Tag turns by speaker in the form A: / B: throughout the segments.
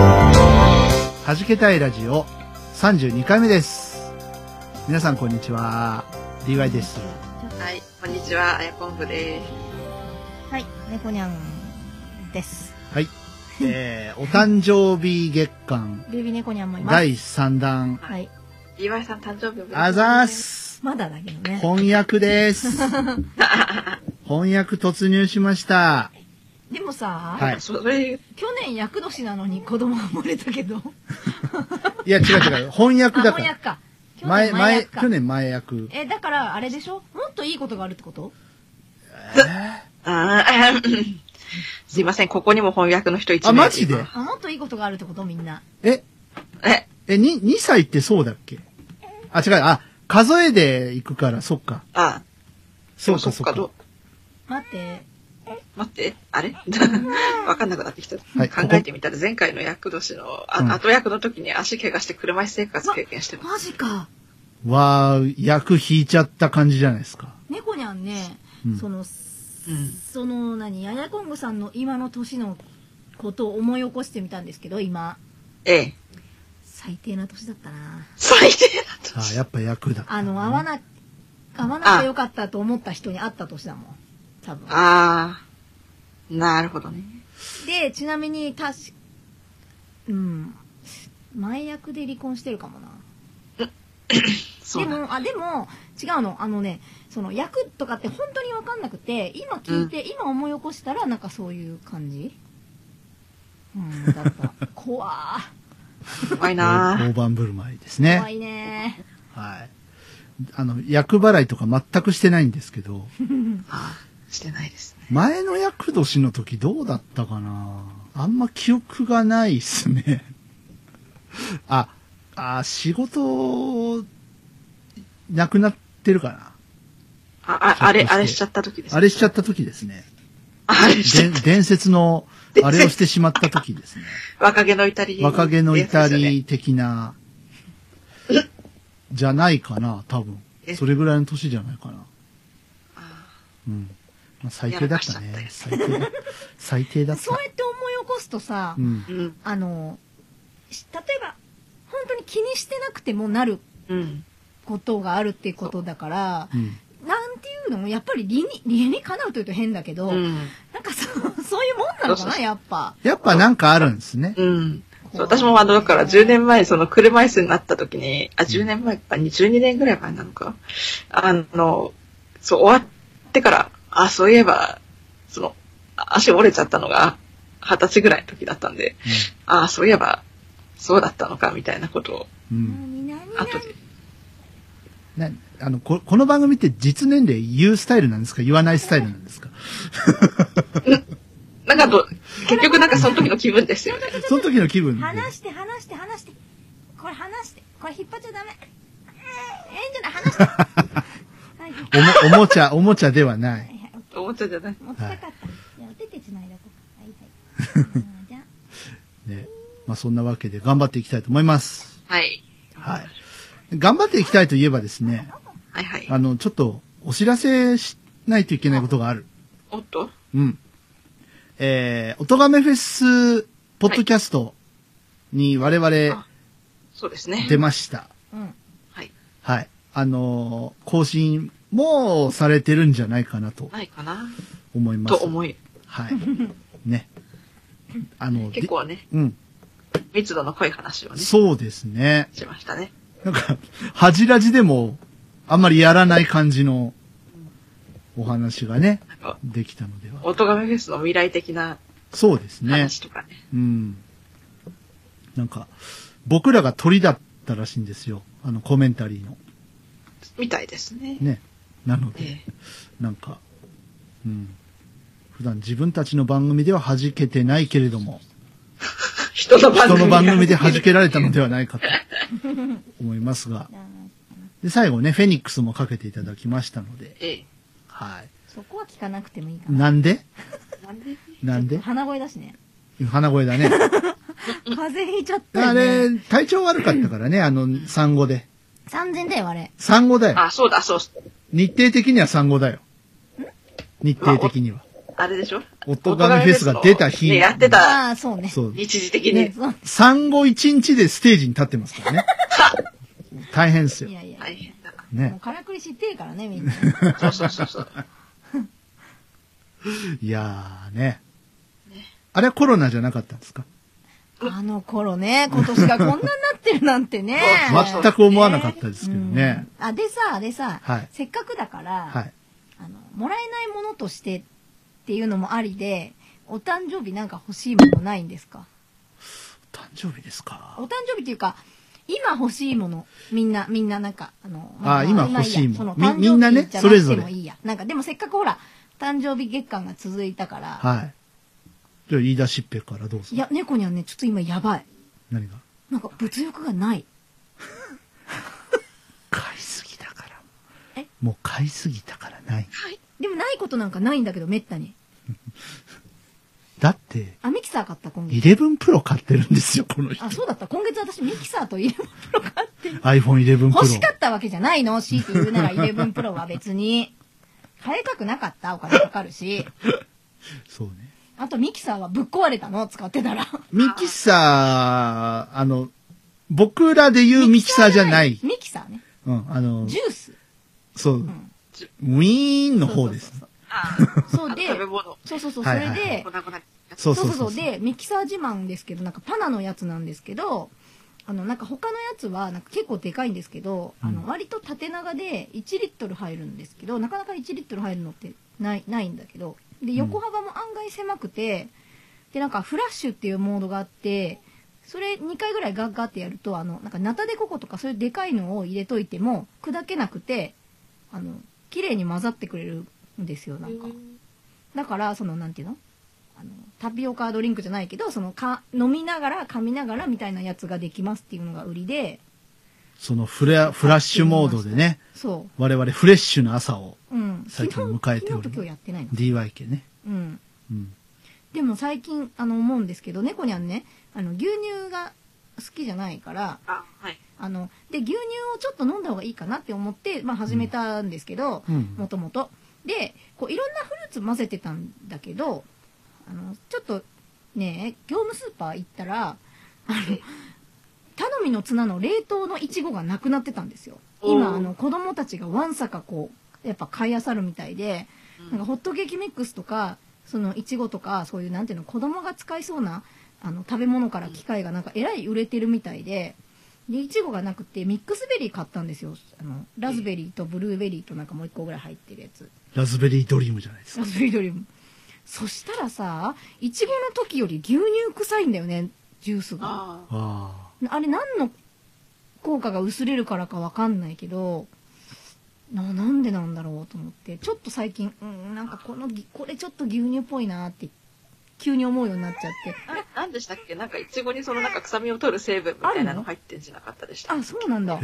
A: はじけたいラジオ32回目です。皆さんこんにちは。DY です。
B: はい、こんにちは、あやこんぶです。
C: はい、猫にゃんです。
A: はい。えー、お誕生日月間
C: ベビー猫にゃんもいます。
A: 第3弾。
C: はい、
B: 岩井さん誕生日おめでとうございます
A: あざー。す。
C: まだだけどね。
A: 翻訳です。翻訳突入しました。
C: でもさ、
A: はい
B: それ、
C: 去年役年なのに子供生まれたけど。
A: いや、違う違う。翻訳だ
C: あ、
A: か
C: 翻
A: ら
C: 訳。か。去
A: 前、
C: 年前
A: 前、
C: 役か
A: 去。年前役。
C: え、だからあれでしょもっといいことがあるってこと
B: あー すいません、ここにも翻訳の人一名
A: あマジで
C: あもっといいことがあるってことみんな。
A: え、
B: え、
A: え、に、2歳ってそうだっけあ、違う。あ、数えで行くから、そっか。
B: あ、
A: そうか、
B: そっ
A: そっ
B: か、ど
A: か
B: う。、
C: 待って、
B: 待って、あれ わかんなくなってきた。
A: はい
B: 考えてみたら、前回の役年の、あ
A: うん
B: 後役の時に足怪我して車椅子生活経験してます。
C: マジか。
A: わー、役引いちゃった感じじゃないですか。
C: 猫にゃんね、
A: うん
C: その、
B: うん。
C: その何、ややこんごさんの今の年のことを思い起こしてみたんですけど、今。
B: ええ。
C: 最低な年だったな。
B: 最低だ
A: あやっぱ役だ。
C: あの、合わな、合わなくてよかったと思った人に会った年だもん。多分
B: と。。ああ、なるほどね。
C: で、ちなみに、確か、うん。前役で離婚してるかもな。
B: そ
C: で
B: うだ。
C: も、あ、でも、違うの。あのね、その役とかって本当にわかんなくて、今聞いて、今思い起こしたら、なんかそういう感じうん、だった。 怖ー。
B: 怖いな
A: 大
B: ー
A: 盤振る舞いです
C: 怖
A: ね。
C: いね
A: はい。あの、役払いとか全くしてないんですけ ど、
B: あーしてないですね。
A: 前の役年の時どうだったかなあんま記憶がないっすね。 あ、あ、仕事、なくなってるかな
B: あ、ああれ、あれしちゃった時ですね。
A: あれしちゃった時です ね。
B: あれしちゃ
A: で
B: っ
A: 伝説の、あれをしてしまった時です ね。
B: た。若気の至り。
A: 若気の至
B: り。
A: り的な、じゃないかな、多分
B: え。
A: それぐらいの年じゃないかな。
B: あ
A: うん。まあ、最低だった
B: やら
A: ね。
B: かし
A: 最低だ。最低だっ
C: そう
A: た。
C: やって思い起こすとさ、
A: うん。
B: ーうん。
C: あの、し例えば、本当に気にしてなくてもなる
B: うん。
C: ことがあるっていうことだから、
A: うん。
C: なんていうのも、やっぱり理に、理にかなうというと変だけど、
B: うん。
C: なんかそう、 そういうもんなのか
B: そうそう
C: な、
B: そう
C: やっぱ。
A: やっぱなんかあるんですね。
B: うん。
C: こう
B: そう私もあの、だから10年前、その車椅子になった時に、あ、10年前か、12年ぐらい前なのか。あの、そう、終わってから、あ、そういえば、その、あ足折れちゃったのが、二十歳ぐらいの時だったんで、あ、そういえば、そうだったのか、みたいなことを、
A: うん。うん、
C: 何何
B: 後で。
A: なあのこ、この番組って実年齢言うスタイルなんですか言わないスタイルなんですか
B: なんかど、結局なんかその時の気分ですよね。
A: その時の気分で。
C: 話して、話して、話して。これ話して。これ引っ張っちゃダメ。ええんじゃない 話して。はい、は
A: お
C: い
A: も、おも ちゃ、おもちゃではない。
C: はい
B: おもちゃじゃない。
C: 持ってたかった。じゃあ、お手手つないだこう。は い、はい。うんじゃあ
A: ね。まあそんなわけで頑張っていきたいと思います。
B: はい。
A: はい。頑張っていきたいといえばですね、
B: はいはい。
A: あの、ちょっとお知らせしないといけないことがある。
B: おっと
A: うん。えー、おとがめフェス、ポッドキャストに我々
B: あそうですね。
A: 出ました。
C: うん。
B: はい。
A: はい。あのー更新もされてるんじゃないかなと
B: ないかな
A: 思いま
B: と
A: す。
B: 思い。
A: はい。ね。あの、
B: 結構ね、
A: でうん。
B: 密度の濃い話をね、し
A: そうですね。
B: ましたね。
A: なんか、恥じらじでも、あんまりやらない感じのお話がね、
B: なんか、
A: できたのでは。
B: 音亀フェスの未来的な
A: そうですね。
B: 話とかね。
A: うん。なんか、僕らが鳥だったらしいんですよ。あの、コメンタリーの。
B: みたいですね。
A: ね。なので、
B: ええ
A: なんか、うん。普段自分たちの番組では弾けてないけれども、
B: 人の番
A: 人
B: 組
A: の番組で弾けられたのではないかと思いますが。
C: だ
A: で、最後ね、フェニックスもかけていただきましたので、
B: ええ
A: はい。
C: そこは聞かなくてもいいかな。
A: なんで
B: なんで
A: なん
C: ちょっ
A: で
C: と鼻声だしね。
A: 鼻声だね。
C: 風邪ひいちゃった
A: あ
C: よ、ね。
A: れ、体調悪かったからね、あの、産後で。
C: 三千だよ、あれ。
A: 産後だよ。
B: あ、そうだ、そうそう。
A: 日程的には産後だよ。日程的には。
B: あれでしょ
A: おとがめフェスが出た日
B: ね、やってた、
C: ああ、そうね。
A: そう。
B: 一時的
C: ね
B: に。
C: そう
A: 産後一日でステージに立ってますから ね。大変ですよ
C: い。やいや、
B: 大変だ。
C: もう
A: ね。
C: からくり知ってるからね、みんな。
B: そうそうそう そう。
A: いやーね。あれはコロナじゃなかったんですか
C: あの頃ね、今年がこんなになってるなんてね。
B: そう
A: 全く思わなかったですけどね。
C: うんあ、でさ、でさ、
A: はい
C: せっかくだから、
A: はい。
C: あの、もらえないものとしてっていうのもありで、お誕生日なんか欲しいものないんですか
A: 誕生日です
C: お
A: か。
C: 誕生日っていうか、今欲しいもの、みんな、みんななんか、あの、
A: あー今欲しいもの
C: その
A: み
C: 誕生日
A: みんなね
C: じゃ
A: そ
C: く
A: れぞれ
C: てもいいや。なんか、でもせっかくほら、誕生日月間が続いたから、
A: はい。じゃあ、言い出しっぺからどうぞ
C: い、。や、猫にはね、ちょっと今やばい。
A: 何が
C: なんか、物欲がない。
A: 買いすぎだから
C: え。
A: もう買いすぎたからない。
C: でもないことなんかないんだけど、めったに。
A: だって、
C: あ、ミキサー買った、今月。
A: 11プロ買ってるんですよ、この人
C: あ、。そうだった。今月私、ミキサーと イレブンプロ買って、
A: iPhone 11
C: 欲し
A: Pro
C: か。ったわけじゃないの強いて言うならイレブンプロは別に。買いたくなかったお金かかるし。
A: そうね。
C: あとミキサーはぶっ壊れたの使ってたら。
A: ミキサー、あの、僕らで言うミキサーじゃない。
C: ミキサーね。
A: うん、あの、
C: ジュース。
A: そう、
C: ん
A: ウィーンの方です。
B: あ
C: そう
B: あ
C: で、
B: 食べ物、
C: そうそうそう、そ
A: はい
C: れ
A: はい
C: で
B: 粉、々に。
A: そう
C: そ
A: そうう
C: そう
A: そ
C: そうう。で、ミキサー自慢ですけど、なんかパナのやつなんですけど、あの、なんか他のやつは、なんか結構でかいんですけど、あ
A: う
C: の、
A: ん
C: 割と縦長で1リットル入るんですけど、なかなか1リットル入るのってない、ないんだけど、で、
A: ん
C: 横幅も案外狭くて、で、なんかフラッシュっていうモードがあって、それ2回ぐらいガッガッってやると、あの、なんかナタデココとかそういうでかいのを入れといても、砕けなくて、あの、綺麗に混ざってくれるんですよ、なんか。だからそのなんていうのあのタピオカドリンクじゃないけどそのか飲みながら噛みながらみたいなやつができますっていうのが売りで
A: そのフラフラッシュモードでね、
C: そ
A: 我々フレッシュな朝を
C: ううん
A: 最近
C: 昨日
A: 迎えております
C: 昨日と今日やってないの
A: DYK ね。
C: うん
A: うん。
C: でも最近あの思うんですけど猫にゃんねあの牛乳が好きじゃないから
B: あ、はい。
C: あので牛乳をちょっと飲んだ方がいいかなって思って、まあ、始めたんですけど
A: うん
C: もともとでこういろんなフルーツ混ぜてたんだけどあのちょっとね業務スーパー行ったらあの頼みの綱の冷凍のいちごがなくなってたんですよ
B: お
C: 今
B: ー
C: あの子供たちがわんさかこうやっぱ買い漁るみたいでなんかホットケーキミックスとかそのいちごとかそういうなんていうの子供が使いそうなあの食べ物から機械がなんかえらい売れてるみたいででいちごがなくてミックスベリー買ったんですよあのラズベリーとブルーベリーとなんかもう一個ぐらい入ってるやつ
A: ラズベリードリームじゃないですか。
C: ラズベリードリームそしたらさいちごの時より牛乳臭いんだよねジュースが
B: ああ。
A: あ
C: あれ何の効果が薄れるからかわかんないけどななんでなんだろうと思ってちょっと最近、うん、なんかこのぎこれちょっと牛乳っぽいなって急に思うようになっちゃって
B: ななんでしたっけなんか、いちごにそのなんか臭みを取る成分みたいなの入ってんじゃなかったでした。
C: あそうなん
A: あ。
C: だ
A: へ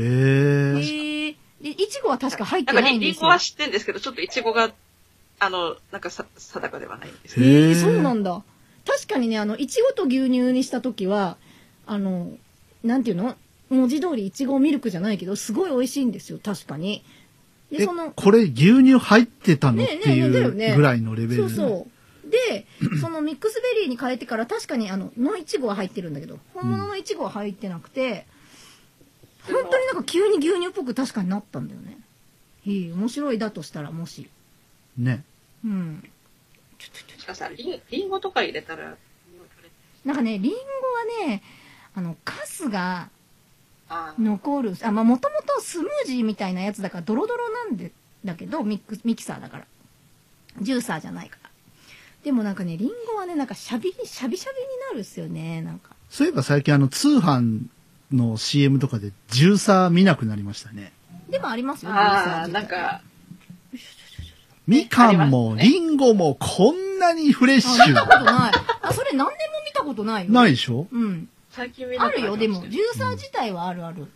A: え。
C: へえでいちごは確か入って
B: なんか
C: な
B: り、
C: いん
B: り
C: で
B: ん
C: す
B: ご
C: よ
B: は知ってんですけど、ちょっといちごが、あの、なんかさ、定かではないんです
A: へ
B: ね。
A: ー
C: えー、そうなんだ確かにねあのいちごと牛乳にした時はあのなんていうの文字通りいちごミルクじゃないけどすごい美味しいんですよ確かにで
A: え
C: その、
A: これ牛乳入ってたのっ
C: ねえね
A: て
C: えねえだ
A: い
C: よね
A: うぐらいのレベル
C: そ
A: で
C: う
A: ね。
C: そう でそのミックスベリーに変えてから確かにあののいちごは入ってるんだけど本物のいちごは入ってなくて、本当になんか急に牛乳っぽく確かになったんだよねいい面白いだとしたらもし
A: ね。
C: うんちょちょちょ
B: もしかしたら、りん、りんごとか入れたら、
C: なんかね、リンゴはね、あの、カスが
B: ああ。
C: 残る、あ、まあ、もともとスムージーみたいなやつだから、ドロドロなんで、だけど、ミックス、ミキサーだから。ジューサーじゃないから。でもなんかね、リンゴはね、なんかシャビ、シャビシャビになるっすよね、なんか。
A: そういえば最近あの通販の CM とかでジューサー見なくなりましたね。
C: でもありますよ、ジューサー
B: ああ、
C: 自体
B: なんか、
A: みかんも、
B: ねあり
A: りんンゴもこんなにフレッシ
C: あ見たこ
A: ュ。
C: とない。あ、それ何でも見たことないよ。。
A: ないいでしょ
C: うん。
B: 最近見
C: あるよ、でも。
B: う
C: ジュ
B: ん
C: ーサー自体はあるある。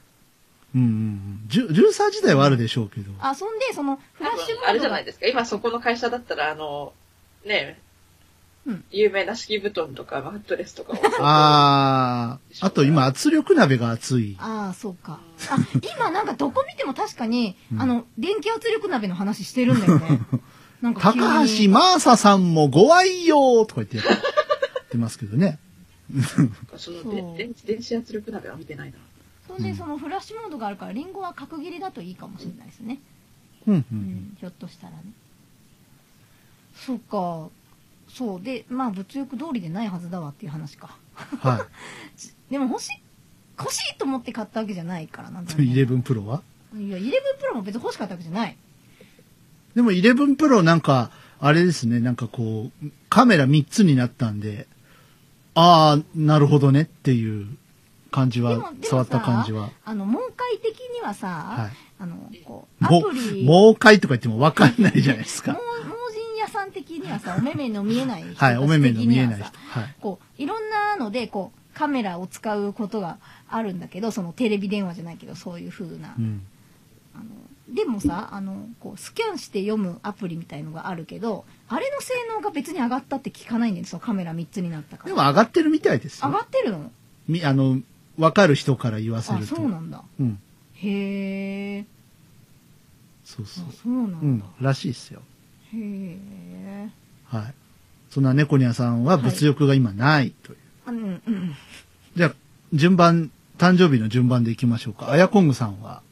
A: うんうんうん。ジュジューサー自体はあるでしょうけど。
C: あ、そんで、その、フラッシュモードが
B: あれじゃないですか。今そこの会社だったら、あの、ねえ、
C: うん
B: 有名な敷布団とかマットレスとかを。
A: あー、あと今圧力鍋が熱い。
C: ああ、そうか。あ、今なんかどこ見ても確かに、
A: うん
C: あの、電気圧力鍋の話してるんだ よね。なんか
A: 高
C: 急
A: 橋
C: に
A: 真ーさんもご愛用とか言ってやってますけどね。
B: その
C: そう
B: で電池電子圧力鍋は見てないな。
C: そんで、そのフラッシュモードがあるから、リンゴは角切りだといいかもしれないですね。
A: うんう
C: うんん、ひょっとしたらね。そうか。そう。で、まあ、物欲通りでないはずだわっていう話か。
A: うん。は
C: でも欲しい、欲しいと思って買ったわけじゃないからなんだろう
A: い。
C: ね、
A: 11 Pro はい
C: や、イレブンプロも別に欲しかったわけじゃない。
A: でも11 Pro なんか、あれですね、なんかこう、カメラ3つになったんで、ああ、なるほどねっていう感じ
C: でも
A: は、
C: でもさ
A: 触った感じは。
C: あの、門外的にはさ、
A: はい。
C: あの、こう、ア
A: も
C: プリ、、
A: もうかいとか言ってもわかんないじゃないです
C: 盲
A: か。
C: 盲人屋さん的にはさ、お目目の見えない人た
A: は
C: ち
A: い、お目目の見えない人。
C: 的にはさ
A: はい。
C: こう、いろんなので、こう、カメラを使うことがあるんだけど、そのテレビ電話じゃないけど、そういう風な
A: う。ん。
C: あのでもさ、あの、こう、スキャンして読むアプリみたいのがあるけど、あれの性能が別に上がったって聞かないんだよ、そのカメラ3つになったか
A: で
C: ら。
A: も上がってるみたいです
C: 上
A: よ。
C: がってるの
A: み、あの、わかる人から言わせ
C: あ、
A: ると。
C: そうなんだ。
A: うん。
C: へえ。
A: そう
C: あ
A: そう。
C: そうな
A: うんん
C: だ。。
A: らしいですよ。
C: へえ。
A: はい。そんな猫ニャさんは物欲が今ないという。
C: あうんうん。
A: じゃあ、順番、誕生日の順番でいきましょうか。あやこんぐさんは。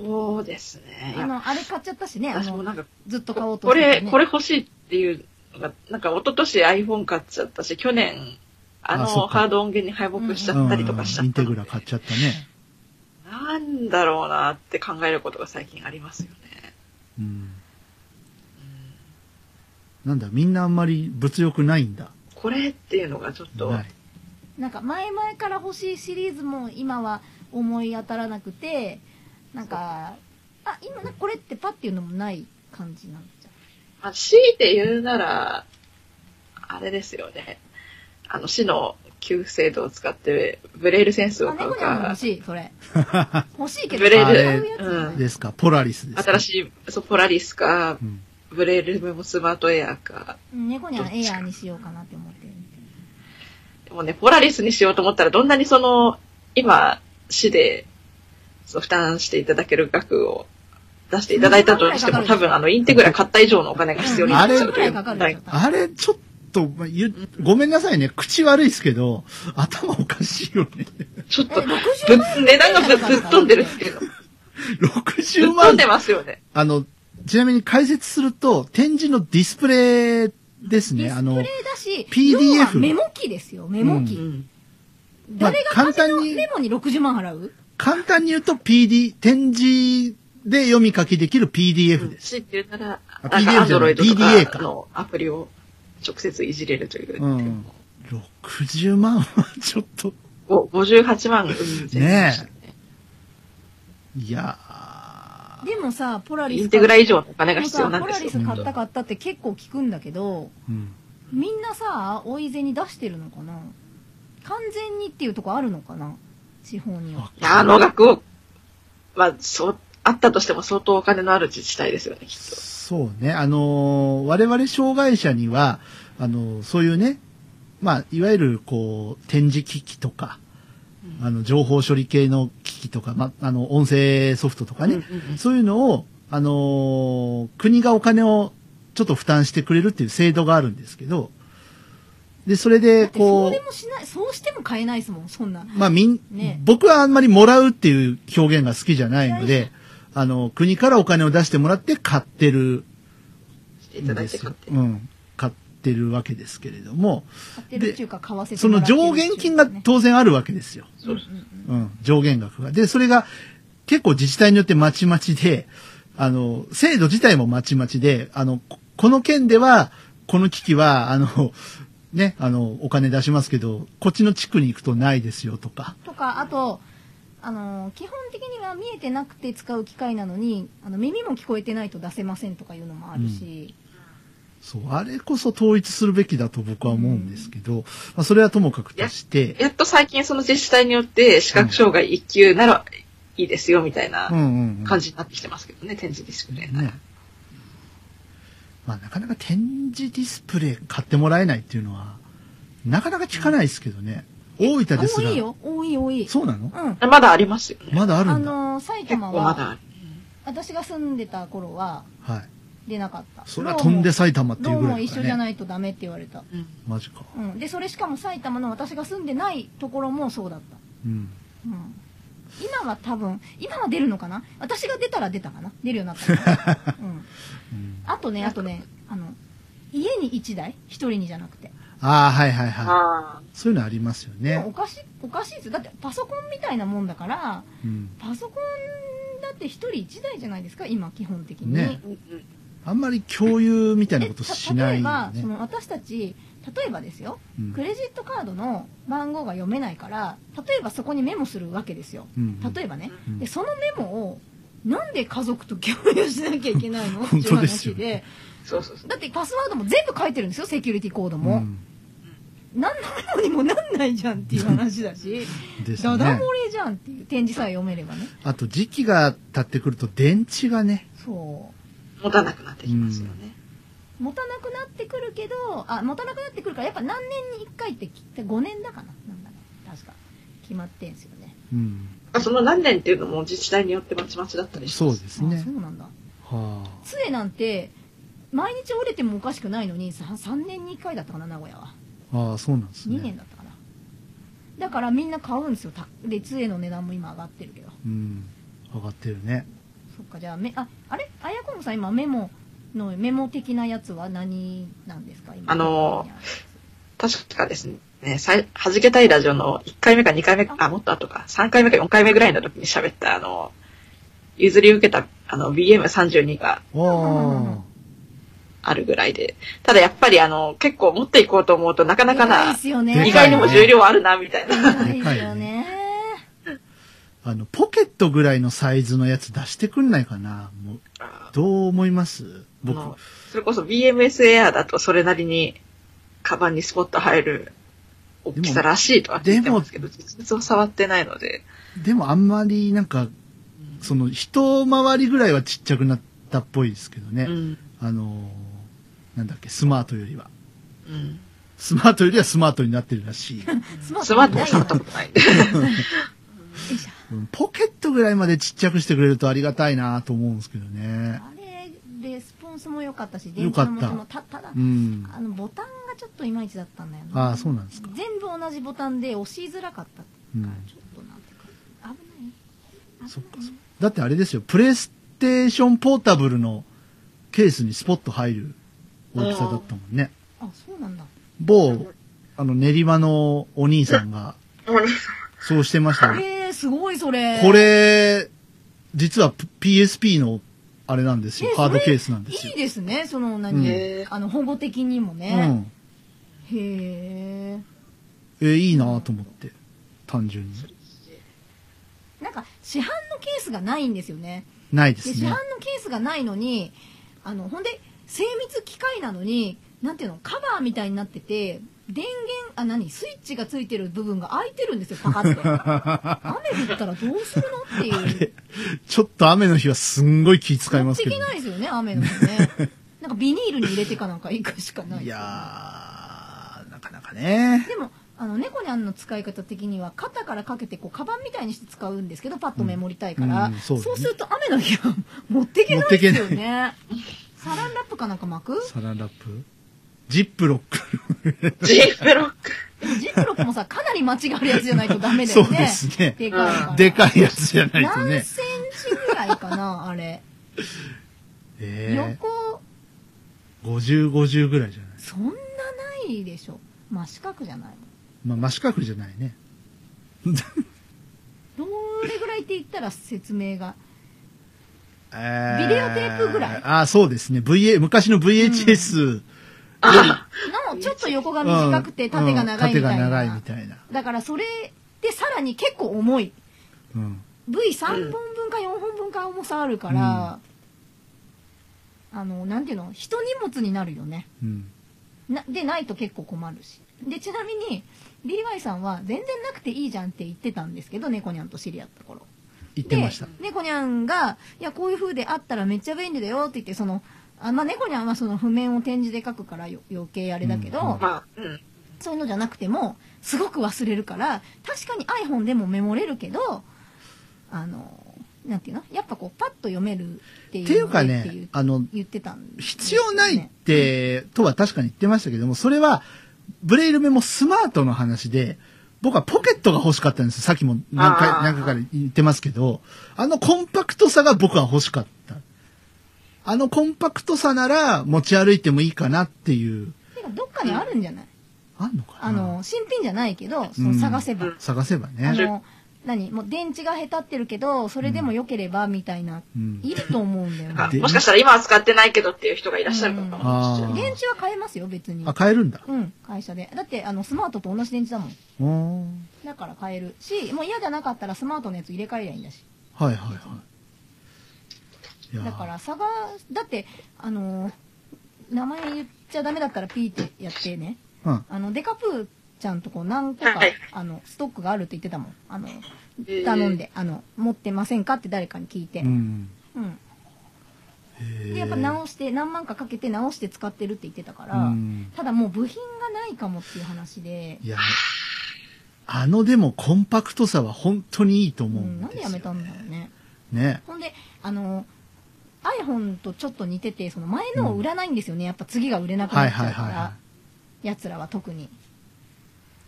B: そうですね。い
C: あ
B: や
C: の、あれ買っちゃったしね、あ
B: 私も
C: の、
B: なんか、
C: ずっと買お
B: こ
C: うとしてた、
B: れ、
C: ね。
B: これ欲しいっていうのが、なんか一昨年 iPhone 買っちゃったし、去年、あの、
A: あそうか
B: ハード音源に敗北しち
A: う
B: ゃ
A: ん
B: ったりとかしちゃ
A: イ
B: っ
A: ンテ
B: たの
A: グ
B: で、
A: ラ買っちゃったね。
B: なんだろうなって考えることが最近ありますよね。
A: うん。なんだ、みんなあんまり物欲ないんだ。
B: これっていうのがちょっと、
A: ない。
C: なんか前々から欲しいシリーズも今は思い当たらなくてなんかあ今なんかこれってパっていうのもない感じなんじ
B: まあ、強いて言うなら、あれですよね。あの、市の給付制度を使って、ブレールセンスを
C: ゃんあ
B: 買
C: 猫
B: う
C: ちゃんも
B: か
C: 欲、しい それ欲しいけど
B: ブレ
A: ール
C: 買うやつじゃない
B: うん
A: ですか、ポラリスですか。
B: 新しい、そう、ポラリスか
A: う、ん。
B: ブレールメモスマートエアか、
C: うん猫にはエアーにしようかなって思ってる
B: でもね、ポラリスにしようと思ったら、どんなにその、今、市で、そう、負担していただける額を出していただいたとしても、多
C: 20万ぐらいかかるでしょ
B: 分、あの、インテグラ買った以上のお金が必要になっちゃうという
C: あれ
B: 問
C: ぐらい
B: 題
C: かかるでし
A: あれ、ち
C: ょ
A: ょっと、まあ言うごめんなさいね。口悪いですけど、頭おかしいよね。
B: ちょっ
C: え
B: と、ぶ
C: 60
B: っ
C: 万円
B: 値段がぶぶっ飛んでるんですけど、ぶっ
A: 60
B: 飛ん
A: 万
B: でますよね。
A: あの、ちなみに解説すると、展示のディスプレイです
C: デ
A: ね。
C: ィ
A: あ
C: スプ
A: の
C: レ、イだし
A: PDF
C: 要はメモ機ですよメモ機、
A: うまあ
C: 誰が
A: 簡
C: 紙
A: 単
C: の
A: に
C: メモに60万払う
A: 簡単に言うと PD、展示で読み書きできる PDF です。
B: 強いて言うなら、
A: あ
B: なんか
A: PDF じゃない
B: Android と
A: DDA
B: か
A: か
B: のアプリを直接いじれるという。
A: うん。60万はちょっと、
B: お58万運転でしたね。
A: いや
C: でもさポラリ
B: イ
C: ス
B: ンテグラ
C: 買っ
B: 以上のお金が必要
C: さ
B: なん
C: ポ
B: で
C: ラ
B: す
C: リ
B: よ
C: ス。買った買ったって結構聞くんだけど、
A: ー、うん。
C: みんなさおい銭出してるのかな完全にっていうとこあるのかな地方には。
B: いやあの額を、まあ、そう、あったとしても相当お金のある自治体ですよね、きっと。
A: そうね。あのー我々障害者には、あのーそういうね、まあ、いわゆる、こう、展示機器とか、
B: うん
A: あの、情報処理系の機器とか、ま、あの、音声ソフトとかね、そういうのを、あのー国がお金をちょっと負担してくれるっていう制度があるんですけど、で、それ
C: だ
A: で、
C: ってそう
A: こ
C: で
A: う、
C: もしないそうしても買えないですもんそんな。
A: まあ、みん、
C: ね
A: 僕はあんまりもらうっていう表現が好きじゃないので、あの、国からお金を出してもらって買ってる
B: していた
A: ん
B: だい
A: で
B: て
A: す
B: 買っ
A: よ。
B: て。
A: うん。買ってるわけですけれども、
C: 買ってるっていうか買わせて
A: そ
C: もら
A: の
C: ってる
A: 上限金が当然あるわけですよ。
B: そう
C: うんうん
A: うん、上限額が。で、それが結構自治体によってまちまちで、あの、制度自体もまちまちで、あの、ここの県では、この機器は、あの、ね、あの、お金出しますけど、こっちの地区に行くとないですよとか。
C: とかあとあのー基本的には見えてなくて使う機械なのにあの耳も聞こえてないと出せませんとかいうのもあるし、
A: そう、あれこそ統一するべきだと僕は思うんですけど、まあ、それはともかくとして、
B: やっと最近その自治体によって視覚障害1級ならいいですよみたいな
A: うんうん、うん。
B: 感じになってきてますけどね、展示ディスプレイなら。
A: ね。まあ、なかなか展示ディスプレイ買ってもらえないっていうのは、なかなか聞かないですけどね。大分です
C: 多
A: ら。
C: いよ多い多い
A: そうなの
C: うん
B: まだありますよね。
A: まだある
C: あ
A: んだ。
C: の埼
B: 結
C: 玉
B: 構まだ
C: は
B: ある。
C: 私が住んでた頃は
A: はい。
C: 出なかった
A: それは飛んで
C: ロ
A: 埼玉って
C: ー
A: いう
C: も
A: ぐ
C: ロー
A: ら
C: も
A: いだ
C: 一
A: か
C: 緒じゃ
A: らね。
C: ないとダメって言われた、
B: うん
A: マジか。
C: うん、でそれしかも埼玉の私が住んでないところもそうだった、
A: うん。
C: うん、今は多分今は出るのかな私が出たら出たかな出るようになったか な、うん、
A: うん、あ
C: あとねあとねあの家に1台1人にじゃなくて
A: あー、はいはいは
B: ああ
A: い。そういうのありますよ
C: でも
A: ね
C: お。かしおかしいですよだってパソコンみたいなもんだから
A: うん。
C: パソコンだって1人1台じゃないですか今基本的に、
A: ね
B: うんうん
A: あんまり共有みたいな
C: え
A: こと
C: た
A: しない
C: 例え
A: よ
C: ば、そ
A: ね。
C: の私たち例えばですよ
A: うん
C: クレジットカードの番号が読めないから例えばそこにメモするわけですよ
A: うん
C: 例えばね
A: うん
C: でそのメモをなんで家族と共有しなきゃいけないのっ て
A: 本
C: いう
A: 当です
C: 話
A: よ
C: で
A: ね
B: そうそうそう。
C: だってパスワードも全部書いてるんですよセキュリティコード
A: う
C: も、
A: ん
C: 何のメモにもなんないじゃんっていう話だし
A: です
C: ダダ
A: ね
C: 漏。れじゃんっていう展示さえ読めればね
A: あと時期が経ってくると電池がね、
C: そう
B: 持たなくなってきますよね。
C: 持たなくなってくるけどあ持たなくなってくるからやっぱ何年に1回ってきって5年だかななんだか確か決まってんすよね
A: うん、
B: その何年っていうのも自治体によってまちまちだったりし
A: そう
B: ま。
A: ですす
C: あ
A: ね
C: そ。うなんだ
A: はあ、
C: 杖なんて毎日折れてもおかしくないのに 3, 年に1回だったかな名古屋は
A: ああ、そうなんですね。
C: 2年だったかなだからみんな買うんですよたで杖の値段も今上がってるけど
A: うん。上がってるね。
C: そっかじゃあめああれあやこもさん今メモのメモ的なやつは何なんですか今
B: あの確かですね、さい弾けたいラジオの1回目か2回目か、あ、もっと後か、3回目か4回目ぐらいの時に喋った、あの、譲り受けた、あの、BM32 が
A: ああ、
B: あるぐらいで、ただやっぱりあの、結構持っていこうと思うとなかなか
C: でい
B: な
C: で、すよ
A: でか
C: ね
A: い
B: 意外にも重量あるな、みたい
C: で
B: な。
C: かいですよね
A: あの、ポケットぐらいのサイズのやつ出してくんないかな。もうどう思います僕。
B: あ
A: あ
B: のそれこそ BMS エアだとそれなりに、カバンにスポッと入る大きさらしいとは聞いてますけど、実物を触ってないので、
A: でもあんまりなんか、その一回りぐらいはちっちゃくなったっぽいですけどね。
B: うん。
A: あのーなんだっけ、スマートよりは。
B: うん。
A: スマートよりはスマートになってるら しい。
C: スマ
B: スマー
C: ー
B: ト
C: ト
B: は
C: に
B: 触
C: ない
B: った
C: よ
B: ことない。
C: いしょ
A: うんポケットぐらいまでちっちゃくしてくれるとありがたいなと思うんですけどね。
C: あれレスポンスも良かったし電
A: 良か
C: 池
A: っ
C: の
A: た
C: 持ちもたただ
A: うん。
C: あのボタンがちょっといまいちだったんだよな
A: ああ、そうなんですか。
C: 全部同じボタンで押しづらかったか
A: う
C: ら
A: ん。
C: ちょっとなんていうか危ない危ない
A: そっかそっかだってあれですよ、プレイステーションポータブルのケースにスポッと入る大きさだったもんね。
C: あそうなんだ
A: 某、あの、練馬のお兄さんが、 そうしてましたよ。
C: えー、すごいそれ
A: これ、実は PSP の、あれなんですよ。
C: え
A: ハードケースなんです
C: い
A: よ
C: い。ですねその
A: うん
C: 何、
B: へー
C: あの保護的にも
A: う
C: ね、
A: ん。
C: へえ
A: え、いいなと思って。単純に。
C: なんか市販のケースがないんですよね
A: ないで
C: です市
A: ね
C: 販の。ケースがないのにあのほんで精密機械なのになんていうのカバーみたいになってて電源あ何スイッチがついてる部分が空いてるんですよパカッ て雨降ったらどうするのっていう
A: ちょっと雨の日はすんごい気使い
C: 持
A: ま
C: っ
A: す
C: て
A: けど
C: け
A: ね。
C: ないですよね雨の日ねなんかビニールに入れてかなんか行くしかない
A: い
C: ですよね
A: やー、なかなかね。
C: でもあの猫にゃんの使い方的には肩からかけてこうカバンみたいにして使うんですけどパッとメモりたいから、
A: うんうんそ
C: そう
A: だね
C: うすると雨の日は持っていけないですよねサランラップかなんか巻く
A: サランラップジップロック。
B: ジー プロック。
C: でもジップロックもさかなり間違あるやつじゃないとダメだ
A: そ
C: よ
A: うで
C: ね
A: すね。
C: でかいから
A: でかいやつじゃないと
C: 何
A: ね。
C: センチぐらいかなあれ、
A: え
C: 横
A: え50、50ぐらいじゃない。
C: そんなないでしょ真四角じゃない
A: まあ、真四角じゃないね。
C: どれぐらいって言ったら説明が
A: えー
C: ビデオテープぐらい
A: ああ、そうですね。VA、昔の VHS
B: あ
C: のちょっと横が短くて縦が長いみたい
A: うん縦が
C: な、
A: 長いみたいな。
C: だからそれでさらに結構重い
A: うん。
C: V3 本分か4本分か重さあるから、あの、なんていうの、人荷物になるよね。
A: うん。
C: なでないと結構困るしでちなみに DY さんは全然なくていいじゃんって言ってたんですけど猫にゃんと知り合った頃
A: 言ってました。
C: で猫にゃんが「いやこういう風であったらめっちゃ便利だよ」って言ってそのあまあ猫にゃんはその譜面を展示で書くからよ余計あれだけど、
A: うんうん
B: まあ、うん。
C: そういうのじゃなくてもすごく忘れるから確かに iPhone でもメモれるけどあのなんていうのやっぱこうパッと読めるってい
A: っ
C: う
A: ていうか
C: のでって言
A: ね
C: う、
A: あの、
C: 言ってたんです
A: 必要
C: よね
A: ないって、とは確かに言ってましたけども、それは、ブレイルメもスマートの話で、僕はポケットが欲しかったんですよ。さっきも何回
B: あ、ー
A: 何回から言ってますけど、あのコンパクトさが僕は欲しかった。あのコンパクトさなら持ち歩いてもいいかなっていう、
C: てかどっかにあるんじゃない
A: あんのかな
C: あの、新品じゃないけど、その探せば。
B: うん
A: 探せば
C: あ
A: ね。
C: の、何もう電池がへたってるけど、それでも良ければ、みたいな、
A: うん
C: いると思うんだよ
B: あ
C: ね。
A: で
B: もしかしたら今は使ってないけどっていう人がいらっしゃるのかもしれ
A: う
B: なんい。
C: 電池は買えますよ、別に
A: あ、。買えるんだ。
C: うん、会社で。だって、あの、スマートと同じ電池だもん。
A: おー
C: だから買えるし、もう嫌じゃなかったらスマートのやつ入れ替えりゃいいんだし。
A: はいはいはい。いやー
C: だから、探す、だって、あのー、名前言っちゃダメだったらピーってやってね。
A: うん。
C: あの、デカプーちゃんとこ何個か
B: はい、
C: あの、ストックがあるって言ってたもん。あの、
B: えー
C: 頼んで、あの、持ってませんかって誰かに聞いて
A: う。ん。
C: うん。
A: へー
C: で、やっぱ直して、何万かかけて直して使ってるって言ってたから、
A: うん
C: ただもう部品がないかもっていう話で、
A: いや、あのでもコンパクトさは本当にいいと
C: う、
A: 思うんん
C: な
A: で
C: ん
A: すよ、
C: でやめたんだろうね。
A: ね。
C: ほんで、あの、iPhone とちょっと似てて、その前のを売らないんですよね。やっぱ次が売れなく
A: は
C: ないっち
A: はい
C: ゃ
A: は
C: う
A: い
C: から
A: は、
C: 奴らは特に。
B: い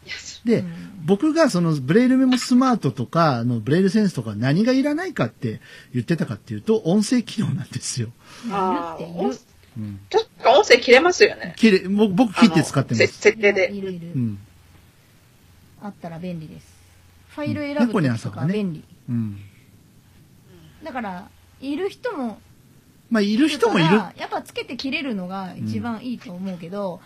B: やそ
A: い。で、
C: うん
A: 僕がそのブレイルメモスマートとか、あのブレイルセンスとか何がいらないかって言ってたかっていうと、音声機能なんですよ。
C: まあいる
B: あ
C: っ
B: ー
C: ている。
A: うん。
B: 確か音声切れますよね。
A: 切れ、僕僕切って使ってま
B: せ
A: す。
B: 設定で。
C: いるいる。
A: うん。
C: あったら便利です。ファイル選ぶ時とか便利。
A: うん。
C: だから、いる人も
A: まあ、いる人もいる。
C: だからやっぱつけて切れるのが一番いいと思うけど、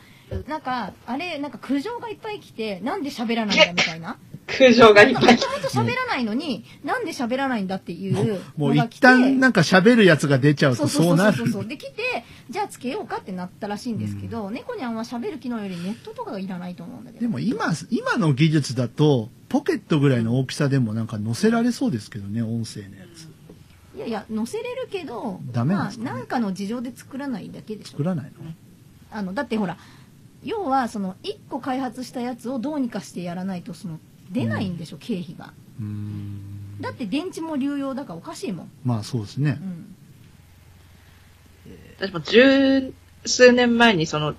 C: なんかあれなんか苦情がいっぱい来てなんで喋らないんだみたいな
B: 苦情がいっ
C: も
B: ぱ
C: とも
B: い
C: と。喋らないのになんで喋らないんだっていう
A: もう
C: のが
A: 一
C: 来て
A: 旦なんか喋るやつが出ちゃう
C: そ
A: と
C: うそ
A: そう
C: うそ
A: な
C: う
A: る
C: そ。うそうできてじゃあつけようかってなったらしいんですけど、猫にゃんは喋る機能よりネットとかがいらないと思うんだけど
A: でも今、今の技術だと、ポケットぐらいの大きさでもなんか載せられそうですけどね、音声のやつ。
C: いやいや載せれるけど
A: ダメなんですかね
C: まあ、なんかの事情で作らないだけでしょ
A: 作らないの
C: あのだってほら要はその1個開発したやつをどうにかしてやらないとその出ないんでしょ、経費が
A: うーん。
C: だって電池も流用だからおかしいもん、
A: まあそうですね
C: う。ん、
B: 私も十数年前にその、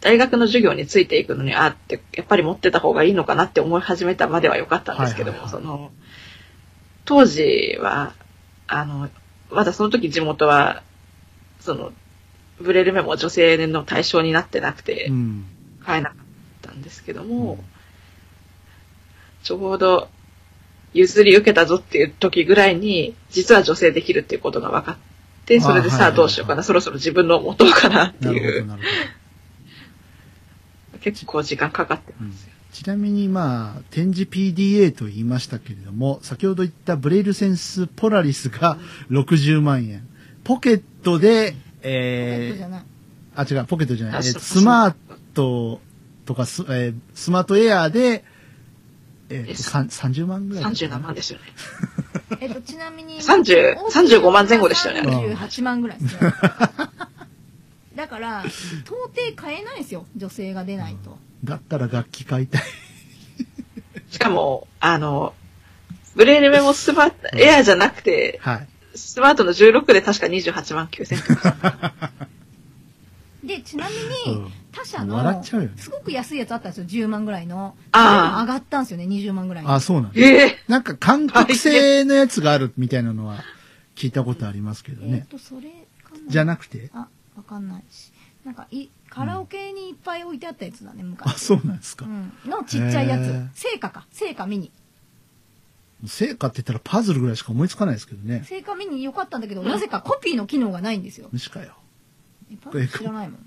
B: 大学の授業についていくのに、あって、やっぱり持ってた方がいいのかなって思い始めたまでは良かったんですけども、
A: はいはいは
B: その、当時は、あの、まだその時地元は、その、ブレルメも女性の対象になってなくて、
A: うん。
B: 買えなかったんですけども、ちょうど譲り受けたぞっていう時ぐらいに、実は女性できるっていうことが分かって、それ
A: あはいは
B: で
A: い
B: さあ
A: はい
B: どうしようかな、そろそろ自分の持とうかなって
A: なる
B: い
A: ほど、
B: う、
A: なるほど。
B: 結構時間かかってますよ。
A: ちなみにまあ、展示 PDA と言いましたけれども、先ほど言ったブレイルセンスポラリスが60万円。ポケットで、
C: ポケット
A: え
C: じゃない、
A: ー、あ、違う、ポケットじゃない。
B: あ
A: えー
B: そう
A: スマートとかス、えースマートエアーで、えー、
B: え
A: とさん30万ぐらいだったかな。
B: 37万ですよね。
C: えっと、ちなみに
B: 30 35万前後でしたよ
A: ね
C: 38万ぐらいですね だから到底買えないですよ女性が出ないと、
A: だったら楽器買いたい。
B: しかも、あの、ブレールメモスマート、エアーじゃなくて、
A: はい。
B: スマートの16で確か28万9千とか。
C: でちなみ
A: う
C: に
A: ん
C: 他社
A: 笑っ
C: の
A: ちゃうよね
C: すごく安いやつあったんですよ10万ぐらいの
B: ああ
C: 上がったんですよね20万ぐらいの
A: あ、そうなんだ
B: ええ
A: なんか韓国製のやつがあるみたいなのは聞いたことありますけど
C: えっ
A: ね。
C: とそれかな
A: じゃなくて
C: あわかんないしなんかいカラオケにいっぱい置いてあったやつだね
A: あ、
C: 昔、
A: そうなんです
C: う
A: か。
C: ん、のちっちゃいや
A: へ
C: つ
A: ー
C: 聖火か聖火ミニ
A: 成果って言ったらパズルぐらいしか思いつかないですけどね。
C: 聖火ミニ良かったんだけどなぜかコピーの機能がないんですよ
A: 無視かよ。
C: えパン知らないもん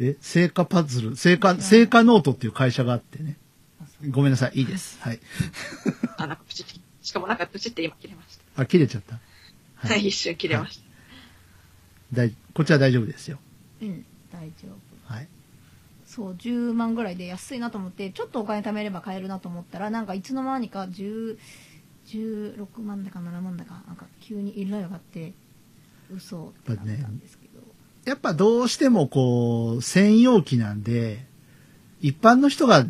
A: え、成果パズル、成果、成果ノートっていう会社があってね。ごめんなさい、いいです。はい。
B: あ、なんかプチッ、しかもなんかプチって今切れました。
A: あ、切れちゃった。
B: はい、一瞬切れました。
A: だいこっちは大丈夫ですよ。
C: うん、大丈夫。
A: はい。
C: そう、10万ぐらいで安いなと思って、ちょっとお金貯めれば買えるなと思ったら、なんかいつの間にか10、16万だか7万だか、なんか急にいろいろあって、嘘ってなったんですけど。
A: やっぱどうしてもこう、専用機なんで、一般の人が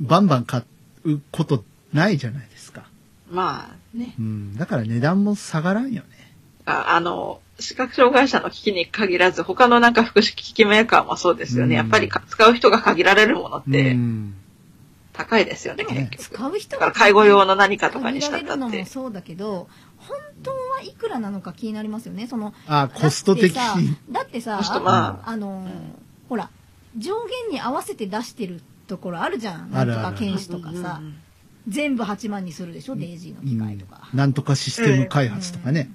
A: バンバン買うことないじゃないですか。
B: まあね。
A: うん。だから値段も下がらんよね。
B: ああの、視覚障害者の機器に限らず、他のなんか福祉機器メーカーもそうですよね。
A: うん
B: やっぱりか使う人が限られるものっ
A: う
B: て
A: ん。
B: 高いですよね、
C: でも
A: ね
B: 結局。
C: 使う人
B: だから
C: が
B: 介護用の何かとかに
C: 限
B: し
C: ら
B: た
C: れる
B: った
C: の
B: っ
C: も
B: て。
C: そうだけど、本当はいくらなのか気になりますよね。その、
A: あ、コスト的
C: だって
A: に
C: さ。だってさ
B: コスト
A: ま
B: あ
C: あのー
B: ん
C: ほら上限に合わせて出してるところあるじゃんな
A: あ
C: ん
A: る
C: と
A: ある
C: か犬種と
B: う
C: かさ
B: んうんうん
C: 全部8万にするでしょデイジーの機械とか
A: う、んなんとかシステム開発とかね。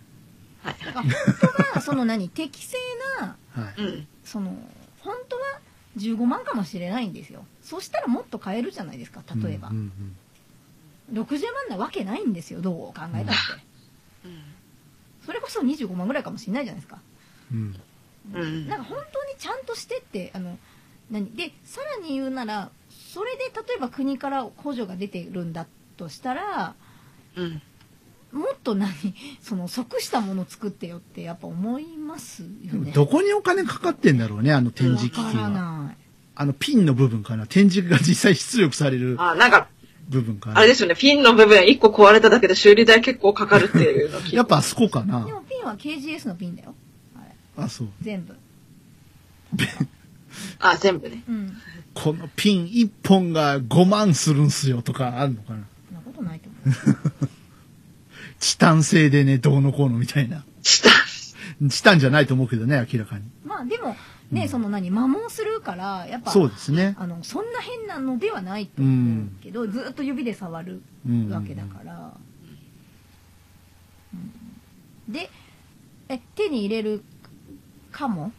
B: はい
C: だから本当はその何適正な
A: はい。
B: うん。
C: その本当は15万かもしれないんですよそしたらもっと買えるじゃないですか例えば、
A: うんうんうん
C: 60万なわけないんですよどう考えたってそれこそ25万ぐらいかもしれないじゃないですか
A: うん
B: うんうん
C: なんか本当にちゃんとしてってあの何でさらに言うならそれで例えば国から補助が出てるんだとしたら
B: うん。
C: もっと何その即したものを作ってよってやっぱ思いますよ
A: でも
C: ね。
A: どこにお金かかってんだろうね、あの展示機器
C: わから
A: は。
C: ない。
A: あのピンの部分かな。展示が実際出力される
B: あ、なんか、
A: 部分かな
B: あれ。ですよね、ピンの部分1個壊れただけで修理代結構かかるっていうの聞いて
A: やっぱあそこかな
C: で。もピンは KGS のピンだよ。あれ
A: あ、そう。
C: 全部。
B: あ、全部ね。
C: うん。
A: このピン1本が5万するんすよとかあるのかな。
C: そんなことないと思
A: チタン製でね、どうのこうのみたいな。
B: した。
A: チタンじゃないと思うけどね、明らかに。
C: う。 まあでもね、その何摩耗するからやっぱ
A: そうですね。
C: あのそんな変なのではないと思うけど、ずーっと指で触る
A: うん
C: わけだから、うんでえ手に入れるかも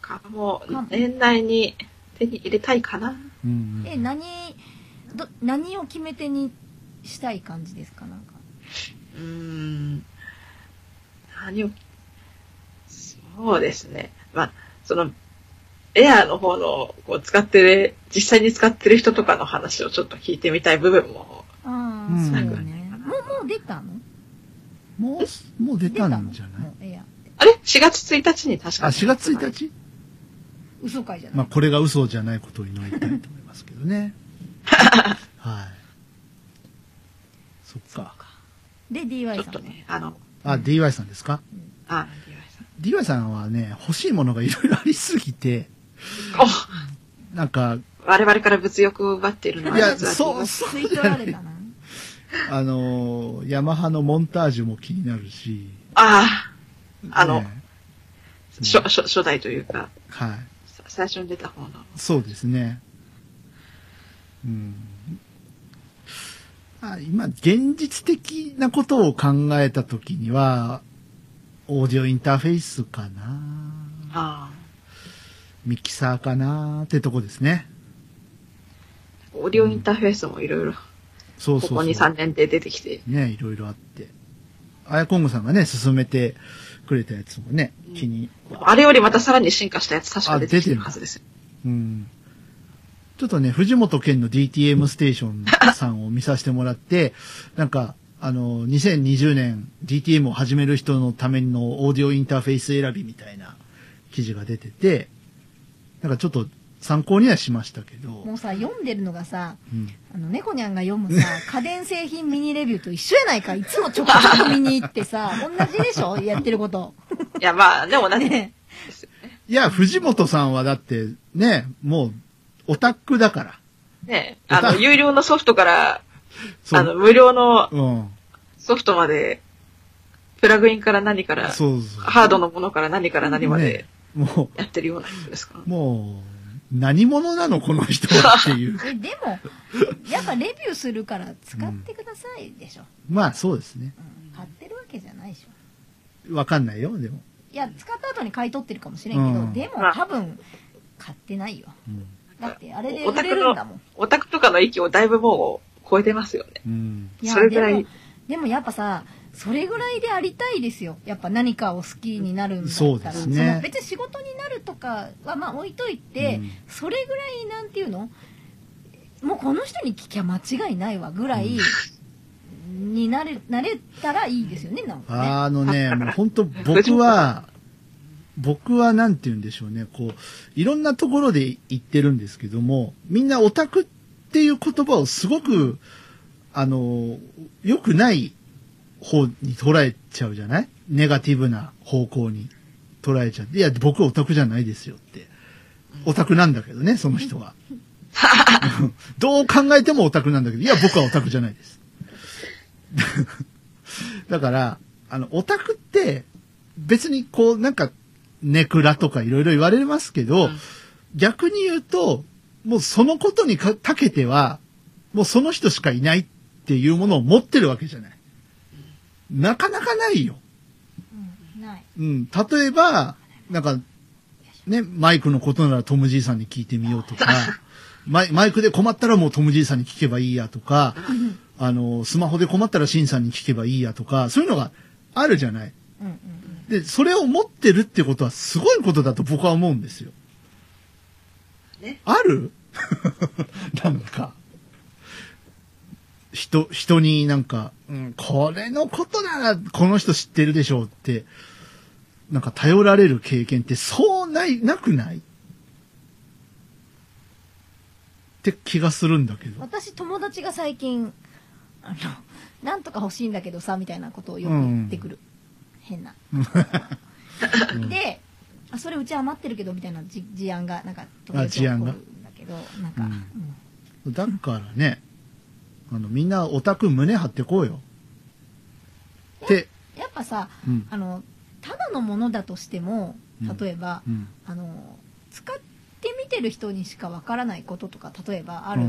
B: かも、年内に手に入れたいかな。
A: うん
C: え何ど何を決め手にしたい感じですかなんか
B: うーん。何を、そうですね。まあ、その、エアーの方の、こう、使ってる、実際に使ってる人とかの話をちょっと聞いてみたい部分も、
C: あ
A: う
C: あ
A: ん
C: そうよねもうもう出たの
A: もう、もう出
C: 出
A: た
C: た
A: ん
C: の
A: じゃな
C: も
A: いう
C: エア
B: あれ ?4 月1日に確
A: あ、
B: か
A: 4月1日
C: 嘘かいじゃない、
A: まあ、これが嘘じゃないことを祈りたいと思いますけど ね。はい。そっか。
C: で
B: ちょ
C: DY
B: っ
C: さん
B: と
C: は、
B: ね、あの、
A: あ、DY さんですか
B: あ、
A: ?DY さんはね、欲しいものがいろいろありすぎて、
B: お
A: なんか、
B: 我々から物欲を奪っているのはい
A: や、
B: 実は
A: そう、そ
C: 吸
A: う
C: い
A: じ
C: 取
A: ゃ
C: ら
A: な
C: れ
A: い
C: た。な
A: あのー、ヤマハのモンタージュも気になるし、
B: ああ、あの、
A: ね
B: 初初初代というか、
A: はい。
B: さ最初に出た方の。
A: そうですね。うん。あ今、現実的なことを考えたときには、オーディオインターフェースかな
B: ああ。
A: ミキサーかなってとこですね。
B: オーディオインターフェースもいろいろ、
A: そう
B: こ
A: そう
B: こ
A: そう。
B: 2、3年で出てきて。
A: ね、いろいろあって。あやこんごさんがね、進めてくれたやつもね、気に。
B: あれよりまたさらに進化したやつ確か出てきてるはずですよ。
A: うん。ちょっとね、藤本健の DTM ステーションさんを見させてもらって、 なんか、あの、2020年 DTM を始める人のためのオーディオインターフェース選びみたいな記事が出てて、なんかちょっと参考にはしましたけど、
C: もうさ読んでるのがさ
A: うん
C: あの、猫ニャンが読 むさ、家電製品ミニレビューと一緒やないか。いつもちょこちょこ見に行ってさ、同じでしょやってること。
B: いや、まあ、でも同じ
C: ね
B: ですよね。
A: いや、藤本さんはだって、ね、もう、オタクだから。
B: ね あの、有料のソフトから、あの、
A: う。
B: 無料の
A: うん。
B: ソフトまで、プラグインから何から、
A: そうそう。
B: ハードのものから何から何まで
A: ねも
B: やってるような人ですから
A: う、もう、何者なのこの人はって いう。
C: え、でも、やっぱレビューするから使ってくださいでしょ。
A: まあ、そうですね。
C: うん買ってるわけじゃないでしょ。
A: わかんないよ、でも。
C: いや、使った後に買い取ってるかもしれんけど、
A: うん
C: でも多分、買ってないよ。
A: うん。
C: だって、あれで
B: オ
C: 売
B: タ
C: れ
B: ク
C: るん
B: の
C: だもん。、
B: オタクとかの域をだいぶもう超えてますよね。
A: うん。
C: いや
B: それぐらい
C: でもでもやっぱさそれぐらいでありたいですよ。やっぱ何かを好きになるんだったら。
A: そうですね
C: その別に仕事になるとかはまあ置いといて、
A: うん
C: それぐらいなんていうのもうこの人に聞きゃ間違いないわぐらいになれ、なれたらいいですよね、なんかね。
A: あのね、もう本当僕は、僕はなんて言うんでしょうね、こう、いろんなところで言ってるんですけども、みんなオタクっていう言葉をすごく、あの、良くない方に捉えちゃうじゃないネガティブな方向に捉えちゃって、いや、僕はオタクじゃないですよって。オタクなんだけどね、その人は。どう考えてもオタクなんだけど、いや、僕はオタクじゃないです。だから、あの、オタクって、別にこう、なんか、ネクラとかいろいろ言われますけど、
B: うん
A: 逆に言うと、もうそのことにか、たけては、もうその人しかいないっていうものを持ってるわけじゃない。なかなかないよ。
C: うんない。
A: うん。例えば、なんか、ね、マイクのことならトム・ジーさんに聞いてみようと か、マイマイクで困ったらもうトム・ジーさんに聞けばいいやとか、あの、スマホで困ったらシンさんに聞けばいいやとか、そういうのがあるじゃない。
C: うんうんうん。
A: で、それを持ってるってことはすごいことだと僕は思うんですよ。
B: ね
A: あるなんか、人、人になんか、うん、これのことならこの人知ってるでしょうって、なんか頼られる経験ってそうない、なくないって気がするんだけど。
C: 私友達が最近あの「なんとか欲しいんだけどさ」みたいなことをよく言ってくる、変な。であ「それうち余ってるけど」みたいなじ事案がなんか
A: あ事案が
C: 起こるんだけどなんか、
A: うん
C: うん
A: だからね、あの、みんなオタク胸張ってこうよ。って、
C: やっぱさ
A: うん。
C: あのただのものだとしても
A: うん
C: 例えば、
A: うん。
C: あの使ってみてる人にしかわからないこととか例えばあ
A: あ
C: る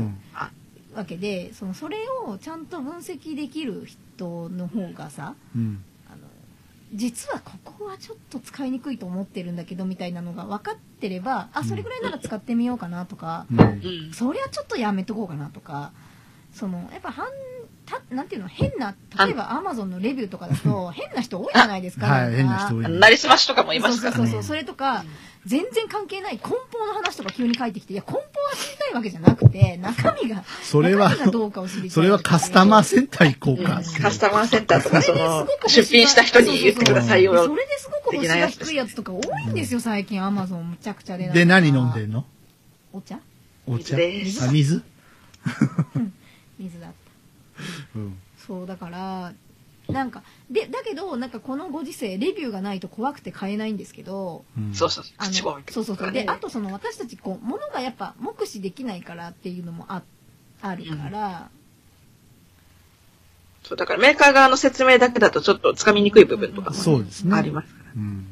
C: わけで、そのそれをちゃんと分析できる人の方がさ、
A: うん。
C: あの実はここはちょっと使いにくいと思ってるんだけどみたいなのが分かってればあそれぐらいなら使ってみようかなとか、
A: うん
B: う。ん。
C: そりゃちょっとやめとこうかなとかそのやっぱはんたなんていうの変な例えばアマゾンのレビューとかだと変な人多いじゃないですか。
A: はい、変
C: ん
A: な
C: か
A: 人多いね。
B: なりすましとかもいま
C: そう
B: す
C: そ
B: から
C: うそ
B: ね。
C: うそうそれとか全然関係ない根本の話とか急に書いてきていや根本は知りたいわけじゃなくて中身が
A: それは
C: 中身がどうかを知りたい
A: それはカスタマーセンター行こ
B: う
A: うんか。
B: カスタマーセンターとか、その、
C: それですごく欲しい
B: 出品した人に言ってください
C: そ
B: よ。
C: れですごく星が低いやつとか多いんですよ、最近アマゾンむちゃくちゃで。
A: で、何飲んでんの
C: お茶
A: お茶。
B: 水です
A: あ、水
C: 水だった。
A: うん。
C: そう、だから、なんか、で、だけど、なんかこのご時世、レビューがないと怖くて買えないんですけど、
A: うん
B: そうそう、
C: あの、
B: 口も開けて
C: そうそうそう。
B: ね
C: で、あとその私たち、こう、物がやっぱ目視できないからっていうのもあ、あるから、
B: そう、だからメーカー側の説明だけだとちょっと掴みにくい部分とかもね
A: そうですね。
B: ありますから。
A: うん。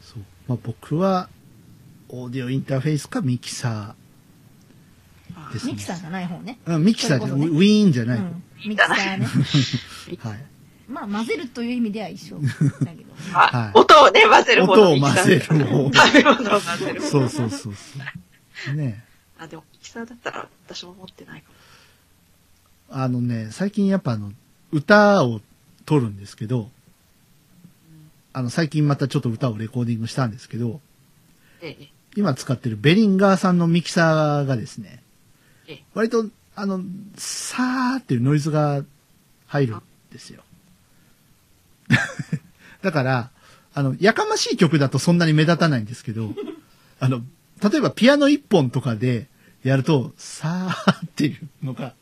A: そう。まあ僕は、オーディオインターフェースかミキサーですね。
C: ミキサーじゃない方ね。
A: うんミキサーじゃ
C: そ
A: ん、
C: れこそね
A: ウィーンじゃ
C: う
A: ない。
C: ん。ミキサーね。
A: はい。
C: まあ、混ぜるという意味では一 緒だけど。
A: は
B: あ
A: い
B: 音をね、混ぜる方
A: 音
B: の
A: を
B: ミキ
A: 混
B: サー
A: ぜる方。
B: 食べ物を混ぜる方。
A: そうそうそうそう。ね
B: あ、でもミキサーだったら私も持ってないかも。
A: あのね、最近やっぱあの、歌を撮るんですけど、あの、最近またちょっと歌をレコーディングしたんですけど、
B: ええ、
A: 今使ってるベリンガーさんのミキサーがですね
B: ええ、
A: 割と、あの、さーっていうノイズが入るんですよ。 だから、あの、やかましい曲だとそんなに目立たないんですけ ど、あの、例えばピアノ一本とかでやると、さーっていうのが、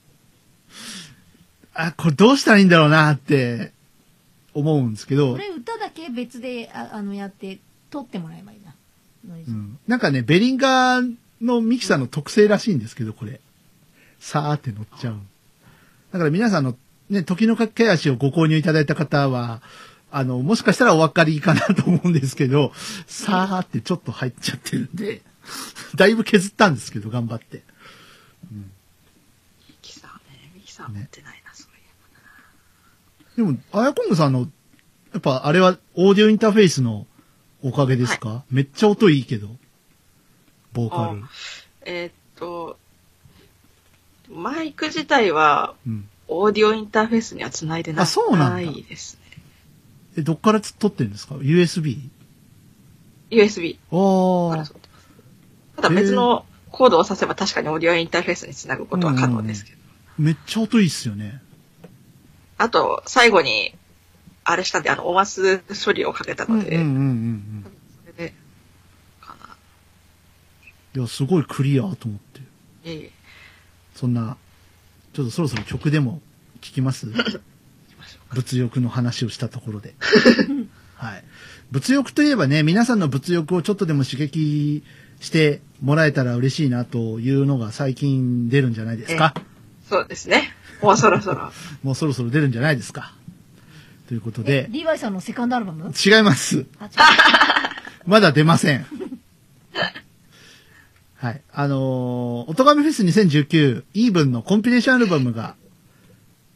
A: あ、これどうしたらいいんだろうなって思うんですけど
C: こ、れ歌だけ別でああのやって撮ってもらえばいいなノイズ
A: うんなんかね、ベリンガーのミキサーの特性らしいんですけど、これ。さーって乗っちゃう。だから皆さんの、ね、時の駆け足をご購入いただいた方は、あの、もしかしたらお分かりかなと思うんですけど、さーってちょっと入っちゃってるんで、だいぶ削ったんですけど、頑張って。
B: ミキサーね、ミキサー持ってないな、そうい
A: でも、あやこんぐさんの、やっぱあれはオーディオインターフェースのおかげですか、めっちゃ音いいけど。ボーカル
B: あ。え。えーっと、マイク自体は、
A: うん。
B: オーディオインターフェースには繋いでな
A: あそうなんだ
B: ないですね。
A: え、どっからつ撮ってるんですか ?USB?
B: USB
A: あ
B: から
A: あ
B: 撮。ってます。ただ別のコードを挿せば確かにオーディオインターフェースに繋ぐことは可能ですけど。
A: めっちゃ音いいっすよね。
B: あと、最後に、あれしたんで、あの、オマス処理をかけたので、
A: うんうんうんうん。
B: それで、かな。
A: いや、すごいクリアと思って。
B: いえいえ、
A: そんな、ちょっとそろそろ曲でも聞きます
B: 行きましょうか。
A: 物欲の話をしたところで。 はい。物欲といえばね、皆さんの物欲をちょっとでも刺激してもらえたら嬉しいなというのが最近出るんじゃないですか。
B: そうですね。もうそろそろ。
A: もうそろそろ出るんじゃないですか。ということ
C: え
A: で、
C: リヴァイさんのセカンドアルバム
A: 違います。
C: あ違う
A: まだ出ません。 はい。あのー、おとがめフェス2019、イーブンのコンピレーションアルバムが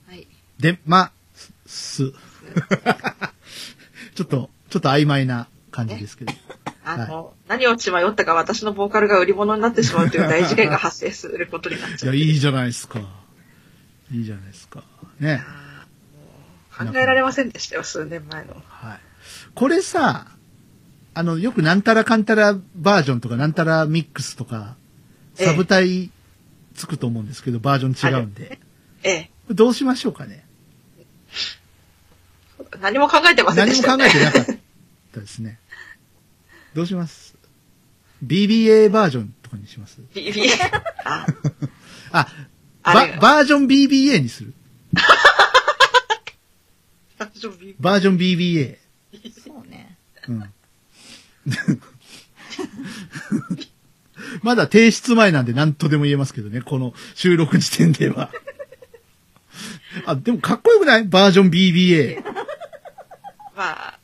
B: はい。
A: 出ます。 ちょっと、ちょっと曖昧な感じですけど。
B: あの、何を血迷ったか私のボーカルが売り物になってしまうという大事件が発生することになっ
A: い
B: ちゃ
A: や、
B: う。
A: いいじゃないですか。いいじゃないですか。ね。
B: 考えられませんでしたよ、数年前の。
A: はい。これさ、あの、よくなんたらかんたらバージョンとか、なんたらミックスとか、
B: ええ
A: サブタイつくと思うんですけど、バージョン違うんで。
B: ええ。
A: どうしましょうかね。
B: 何も考えてませんで
A: 何
B: し
A: も
B: たよ
A: 考
B: ね。
A: えてなかったですね。どうします ?BBA バージョンとかにします
B: ビビ あ、
A: あ、
B: あ
A: ば
B: れが
A: バージョン BBA にする。
B: 大丈夫ビ
A: バージョン BBA。
C: そうね
A: うん。まだ提出前なんで何とでも言えますけどね、この収録時点で は。あ、でもかっこよくないバージョン BBA。
B: まあ、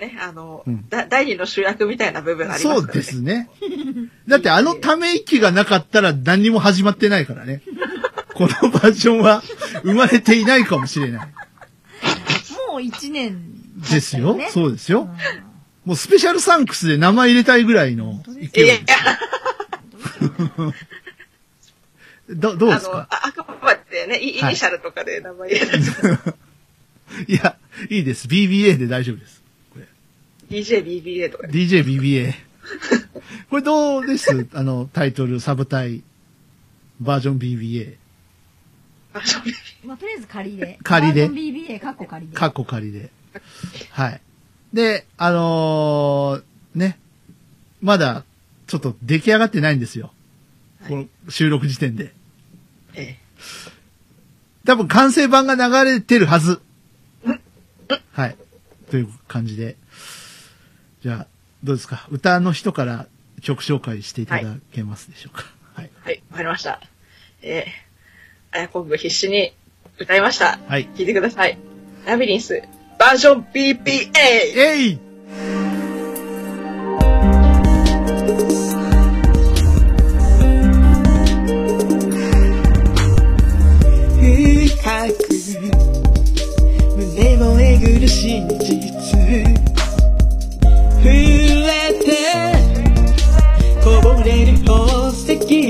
B: ね、あの、
A: うん
B: だ第二の主役みたいな部分ありま
A: そ
B: すからね。
A: うですね。だってあのため息がなかったら何にも始まってないから ね。このバージョンは生まれていないかもしれない。
C: もう一年
A: ですよ。
C: 経った
A: そうですよ。
C: ね
A: もうスペシャルサンクスで名前入れたいぐらいの勢
B: い
A: い
B: やい
A: で
B: や、
A: す。どどう
B: あ
A: です
B: の、あ
A: か
B: あくまでね、イイ
A: はい
B: ニシャルとかで名前入れたりとか、
A: いや、いいです。BBA で大丈夫です。
B: DJ、BBA とかで。
A: DJBBA。これどうですあの、タイトル、サブタイ、バージョン BBA、
B: あそう
C: まあ、とりあえず仮で
A: 仮で
C: バージョン BBA カッコ仮で
A: カッコ仮で。はい。で、あのーね、まだ、ちょっと出来上がってないんですよ。この収録時点で。
B: え
A: 多分完成版が流れてるはず。はい。という感じで。じゃあ、どうですか歌の人から曲紹介していただけますでしょうか。はい。
B: えはい、わかりました。えー、あやこんぶ必死に歌いました。
A: はい。
B: 聞いてください。ラビリンス、バージョン BBA!
A: えい
D: 深く胸をえぐる真実触れてこぼれる宝石絶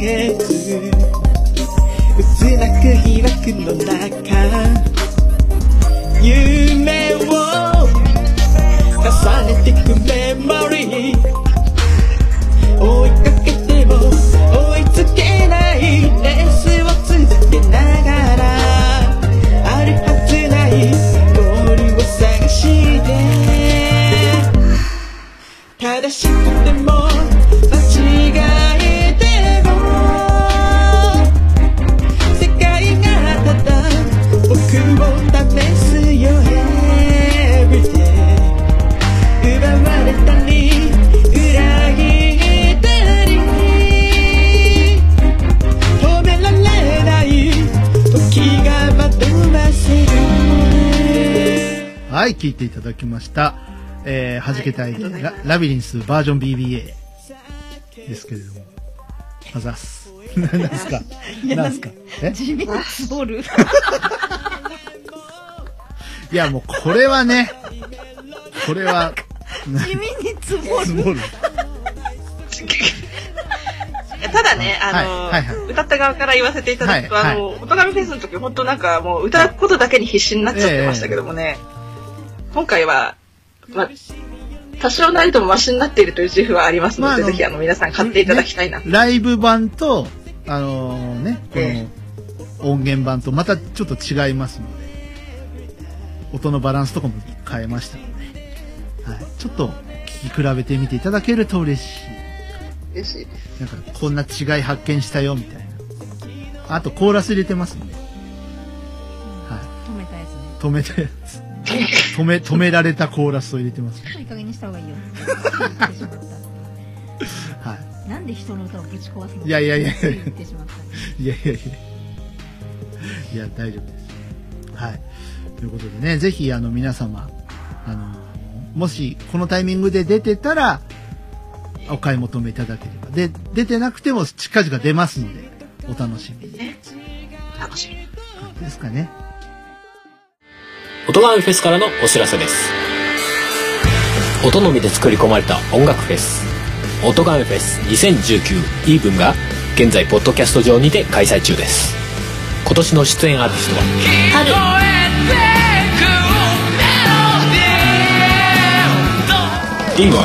D: えず渦巻く被爆の中夢を重ねてくメモリー追いかけても追いつけないレースを続けながらあるはずないゴールを探して正しくても間違えても世界がただ僕を試すよ Everyday 奪われたり裏切ったり止められない時が惑わせる
A: はい、聞いていただきました。えー、はじけたい、
B: はい
A: ララビリンスバージョン BBA ですけれども。あざっす。 何ですか何すかえ
C: 地味なスボール
A: いや、もうこれはね、これは、
C: 地味にツボ
A: 積
C: る
A: もる。
B: いや ただね、あの、
A: はいはいは
B: 歌った側から言わせていただくと、
A: はいはい
B: あの、音楽フェスの時、本当なんかもう歌うことだけに必死になっちゃってましたけどもね、今回は、まあ、多少なりともマシになっているという自負はありますの
A: ま
B: で、
A: ああの
B: ぜひあの皆さん買っていただきたいな。
A: ライブ版と、あのね、こ
B: え
A: の音源版とまたちょっと違いますので、音のバランスとかも変えましたので、はい、ちょっと聞き比べてみていただけると嬉し
B: 嬉しいです。
A: い。なんか、こんな違い発見したよ、みたいな。あと、コーラス入れてますんで、は
C: 止めたやつね
A: い、止めて、 止め、止められたコーラスを入れてますんで。
C: いい加減にした方がい いよ
A: はい。
C: なんで人の歌をぶち壊すの
A: いやいやいや
C: つ言ってしまった
A: いやいやい や。いや、大丈夫です。はい。ということでね、ぜひ、あの、皆様、あの、もし、このタイミングで出てたら、お買い求めいただければ。で、出てなくても、近々出ますので、お楽しみに。
B: 楽しみ。
A: ですかね。
E: 音ガンフェスからのお知らせです音のみで作り込まれた音楽フェス音ガンフェス2019イーブンが現在ポッドキャスト上にて開催中です今年の出演アーティストはリンゴ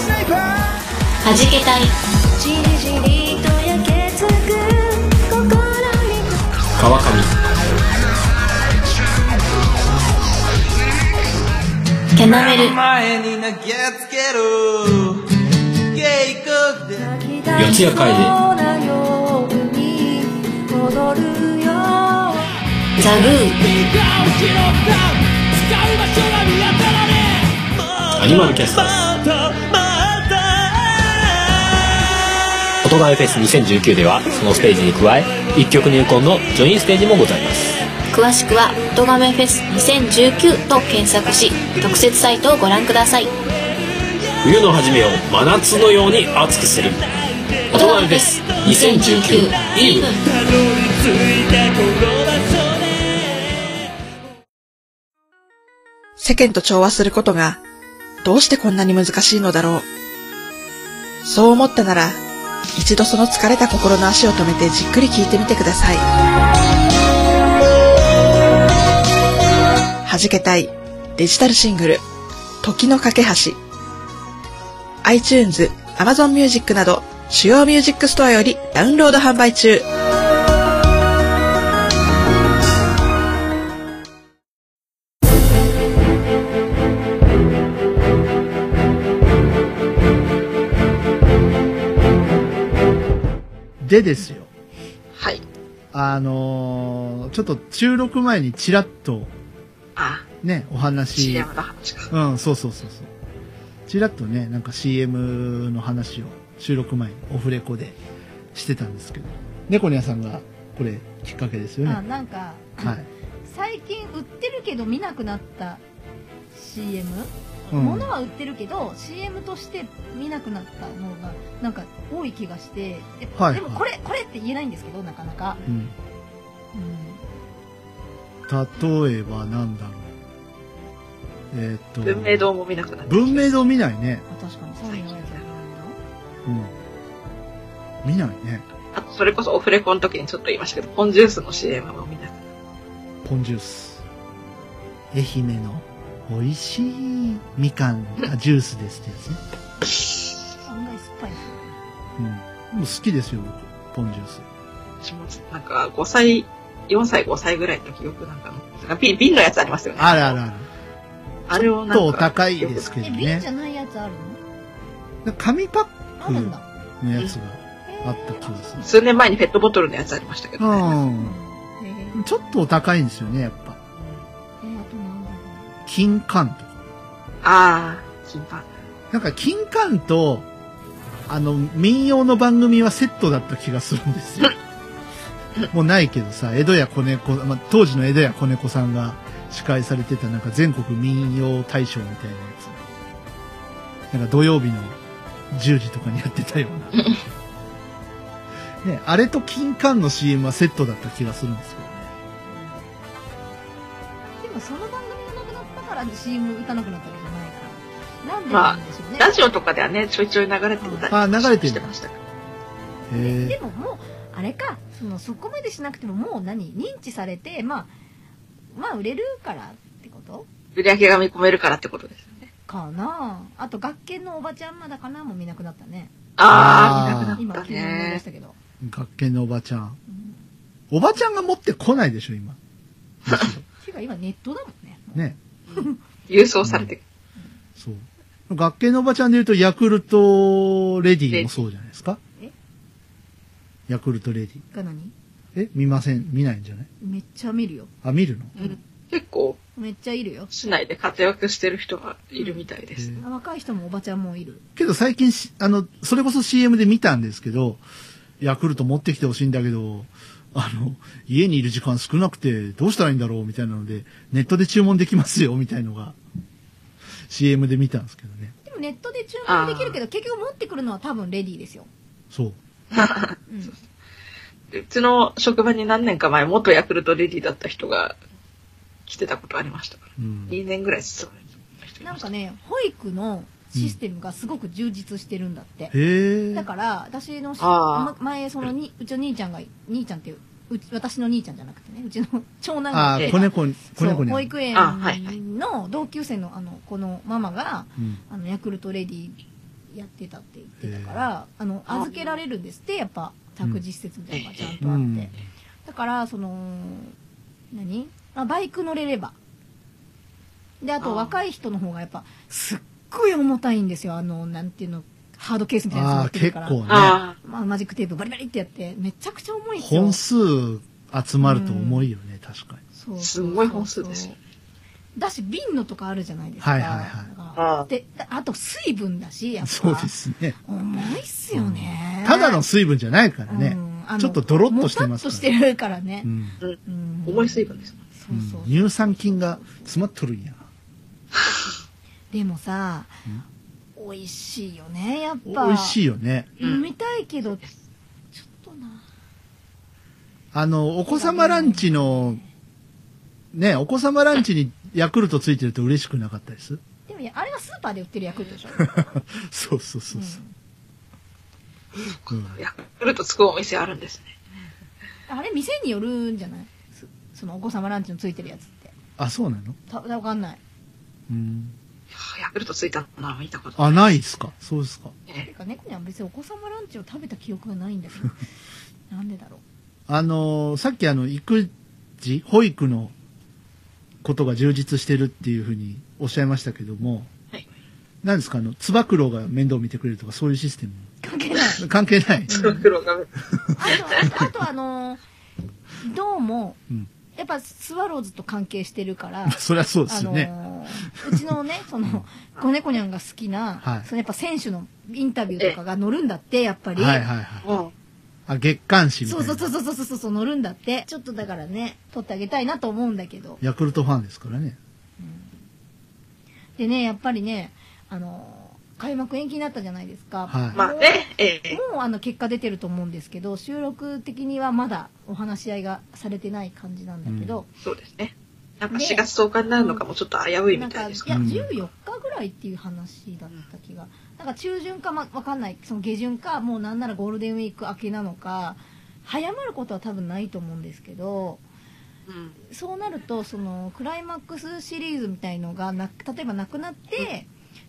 F: はじけたい
E: 川上
F: キャナメル
D: 前に投げつける計画で
E: 四谷楓
F: ザグ
E: アニマルキャスターズ音ガンフェス2019ではそのステージに加え一曲入魂のジョインステージもございます
F: ー詳しくは「音ガメフェス2019」と検索し特設サイトをご覧ください
E: 冬の初めを真夏のように熱くする音ガンフェス2019イーブン
B: 世間と調和することがどうしてこんなに難しいのだろう。そう思ったなら、一度その疲れた心の足を止めてじっくり聞いてみてください。弾けたいデジタルシングル時の架け橋 iTunes、Amazon Music など主要ミュージックストアよりダウンロード販売中。
A: でですよ。
B: はい。
A: あのーちょっと収録前にちらっと
B: あ、
A: ね、お話、
B: の話か。
A: うん、そうそうそうそう。ちらっとね、なんか CM の話を収録前にオフレコでしてたんですけど、猫ニャさんがこれきっかけですよ
C: あ
A: ね。
C: なんか
A: はい。
C: 最近売ってるけど見なくなった CM、
A: うん
C: 物は売ってるけど CM として見なくなったのがなんか多い気がしてで,、
A: はい
C: でもこれこれって言えないんですけどなかなか、
A: うん。
C: うん、
A: 例えばなんだろう。えーっと。
B: 文明。堂も見なくなった。
A: 文明堂見ないね。
C: あ確かにそういうのやつやらないん
A: う
C: だ
A: ん。見ないね。
B: あと、それこそオフレコの時にちょっと言いましたけど、ポンジュースの CM も見なくなった。
A: ポンジュース。愛媛の美味しいみかん、あ、ジュースですってやつね。
C: 案外酸っぱいですよ
A: うん。もう好きですよ、僕。ポンジュース。
B: 私もなんか5歳、4歳、5歳ぐらいの時よくなんかの、瓶瓶のやつありますよね。
A: あらあらあら。
B: あれ
A: ちょっ
B: をなんか。
A: とお高いですけど
C: え瓶
A: ね
C: じ。ゃないやつあるの
A: 紙パ
C: あるんだ、
A: ックのやつがあった気がする。
B: 数年前にペットボトルのやつありましたけど、ね
C: えー
A: うん。ちょっとお高いんですよね、やっぱ。
C: えーあとなんだろ
A: 金柑とか。
B: ああ、金パン。
A: なんか金柑と、あの、民謡の番組はセットだった気がするんですよ。もうないけどさ、江戸や子猫、まあ、当時の江戸や子猫さんが司会されてたなんか全国民謡大賞みたいなやつ。なんか土曜日の10時とかにやってたような。ね、あれと金柑の CM はセットだった気がするんですけどね。
C: うでもその番組がなくなったから CM 打たなくなったわけじゃないからなんでなんでしょうね。
B: ラジオとかではね、ちょいちょい流れてたり
A: あ流れてる
B: してましたけど。
A: へ
C: で
A: え。
C: ももうあれかそのそこまでしなくてももう何認知されてまあまあ売れるからってこと
B: 売り上げが見込めるからってことですよね。
C: かなああと学研のおばちゃんまだかなもう見なくなったね
B: あ
A: あ
B: あ、
A: ー
B: 見な
C: 今
B: くなっ
C: 昨
B: た
C: 日思い出
B: ね
C: し。たけど、
A: 学研のおばちゃん。
C: うん、
A: おばちゃんが持ってこないでしょ、今。
C: ていうか今ネットだもんね
A: ね。
B: 郵送されて、
A: そう。学研のおばちゃんで言うと、ヤクルトレディもそうじゃないですか
C: え。
A: ヤクルトレディ。
C: が何
A: え見ません見ないんじゃない
C: めっちゃ見るよ
A: あ、見るの
B: うん結構、
C: めっちゃいるよ
B: 市内で活躍してる人がいるみたいです。
A: うん
C: 若い人もおばちゃんもいる
A: けど最近し、あの、それこそ CM で見たんですけど、ヤクルト持ってきてほしいんだけど、あの、家にいる時間少なくてどうしたらいいんだろうみたいなので、ネットで注文できますよみたいのが、CM で見たんですけどね。
C: でもネットで注文できるけど結局持ってくるのは多分レディーですよ、
A: そう。
C: うん、
B: うちの職場に何年か前、元ヤクルトレディだった人が来てたことありましたから。
A: うん。
B: 2年ぐらい勤めた人い
C: な
B: ま
C: ん
B: し
C: か
B: た。
C: ね保育のシステムがすごく充実してるんだって、
A: へえ。
C: だから私のし
B: あ
C: ま前そのにうちの兄ちゃんが兄ちゃんっていううち私の兄ちゃんじゃなくてねうちの長男
A: あ
C: が
A: あ
B: ええ
A: ー、子猫に、子
C: そう
A: 猫に。
C: 保育園
B: あはいはい
C: の同級生のあのこのママが
A: うん。
C: あのヤクルトレディやってたって言ってたからあの預けられるんですってやっぱ託児施設みたいなのがちゃんとあって、
A: うん
C: だからその何あバイク乗れればであ
B: あー
C: と若い人の方がやっぱすっごい重たいんですよあのなんていうのハードケースみたいなやつ持
A: あ
C: っ
A: あ、
C: てる
A: 結
C: から
A: 構ね。
B: あ
C: まあ、マジックテープバリバリってやってめちゃくちゃ重いんですよ
A: 本数集まると重いよね、確かに。
C: そうそうそう
B: すごい本数ですよ
C: だし瓶のとかあるじゃないですか
A: はいはいはい
C: だ
B: あ、
C: から
B: ああ、
C: でだあと水分だしやっぱ
A: そうですね。
C: 重いっすよね、
A: ただの水分じゃないからね。
C: うんあの
A: ちょっとドロッとしてますから
C: もたっとしてるからね
A: う、ん。
C: うん
B: 重い水分ですもんね。
C: そうそう、
A: うん乳酸菌が詰まっとるんや
C: でもさ美味しいよねやっぱ
A: 美味し
C: い
A: いよね
C: 飲みたいけどちょっとな
A: あのお子様ランチのねお子様ランチにヤクルトついてると嬉しくなかったです
C: でもいやあれはスーパーで売ってるヤクルト でしょ、
A: そうそうそうそう、うん
B: ヤクルトつくお店あるんですね。
C: うんあれ店によるんじゃないそそのお子様ランチのついてるやつって
A: あそうなの
C: たわかんない
A: うん
B: いやヤクルトついたのは見たこと
A: あないですかそうですか
B: ない
C: て。か猫には別にお子様ランチを食べた記憶がないんだけどなんでだろう
A: あのさっきあの育児保育のことが充実してるっていうふうにおっしゃいましたけども
B: はい
A: 何ですかあのつば九郎が面倒見てくれるとかそういうシステム
C: 関係ないあ
A: 関係ない
B: その黒が、
C: とあとあのーどうも、
A: うん
C: やっぱスワローズと関係してるから
A: そりゃそうですよね、
C: あのーうちのね、その、子猫にゃんが好きな、
A: はい
C: そのやっぱ選手のインタビューとかが載るんだって、やっぱり。
A: はいはいはい。
B: も
A: あ、月刊誌みたい
C: そう
A: な。
C: そうそうそうそうそうそう、載るんだって。ちょっとだからね、撮ってあげたいなと思うんだけど。
A: ヤクルトファンですからね。
C: でね、やっぱりね、あのー開幕延期になったじゃないですか。
A: は
B: う、
A: い。
B: まあね、ええ、
C: もうあの結果出てると思うんですけど収録的にはまだお話し合いがされてない感じなんだけど、
B: そうですね。なんか4月10日になるのかもちょっと危ういみ
C: なん
B: た
C: か
B: い
C: い
B: ですけ
C: や
B: ど。
C: 14日ぐらいっていう話だった気が、なんか中旬か、ま、わかんないその下旬かもうなんならゴールデンウィーク明けなのか早まることは多分ないと思うんですけど
B: うん
C: そうなるとそのクライマックスシリーズみたいのがな例えばなくなって、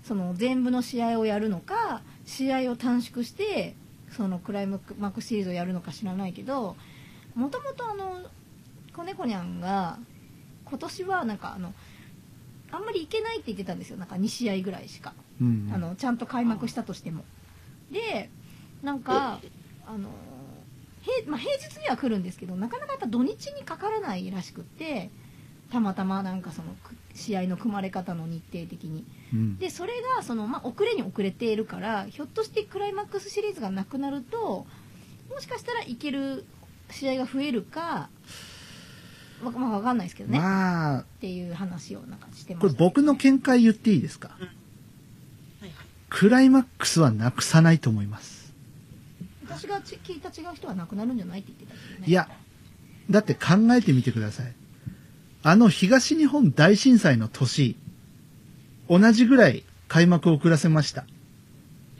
C: その全部の試合をやるのか試合を短縮してそのクライマックスシリーズをやるのか知らないけどもともとあの子猫にゃんが今年はなんかあのあんまり行けないって言ってたんですよなんか2試合ぐらいしか。
A: うん。
C: あのちゃんと開幕したとしても。でなんかあの平,、まあ、平日には来るんですけどなかなかやっぱ土日にかからないらしくってたまたまなんかそのく試合の組まれ方の日程的に。
A: うん。
C: でそれがその、まあ、遅れに遅れているからひょっとしてクライマックスシリーズがなくなるともしかしたらいける試合が増えるか。わまあ、わかんないですけどね、
A: まあ、
C: っていう話をなんかしてまし
A: こ
C: た
A: れ僕の見解言っていいですか、
B: はい
A: クライマックスはなくさないと思います。
C: 私がち聞いた違う人はなくなるんじゃないって言ってたけどね
A: いや、だって考えてみてください。あの東日本大震災の年、同じぐらい開幕を遅らせました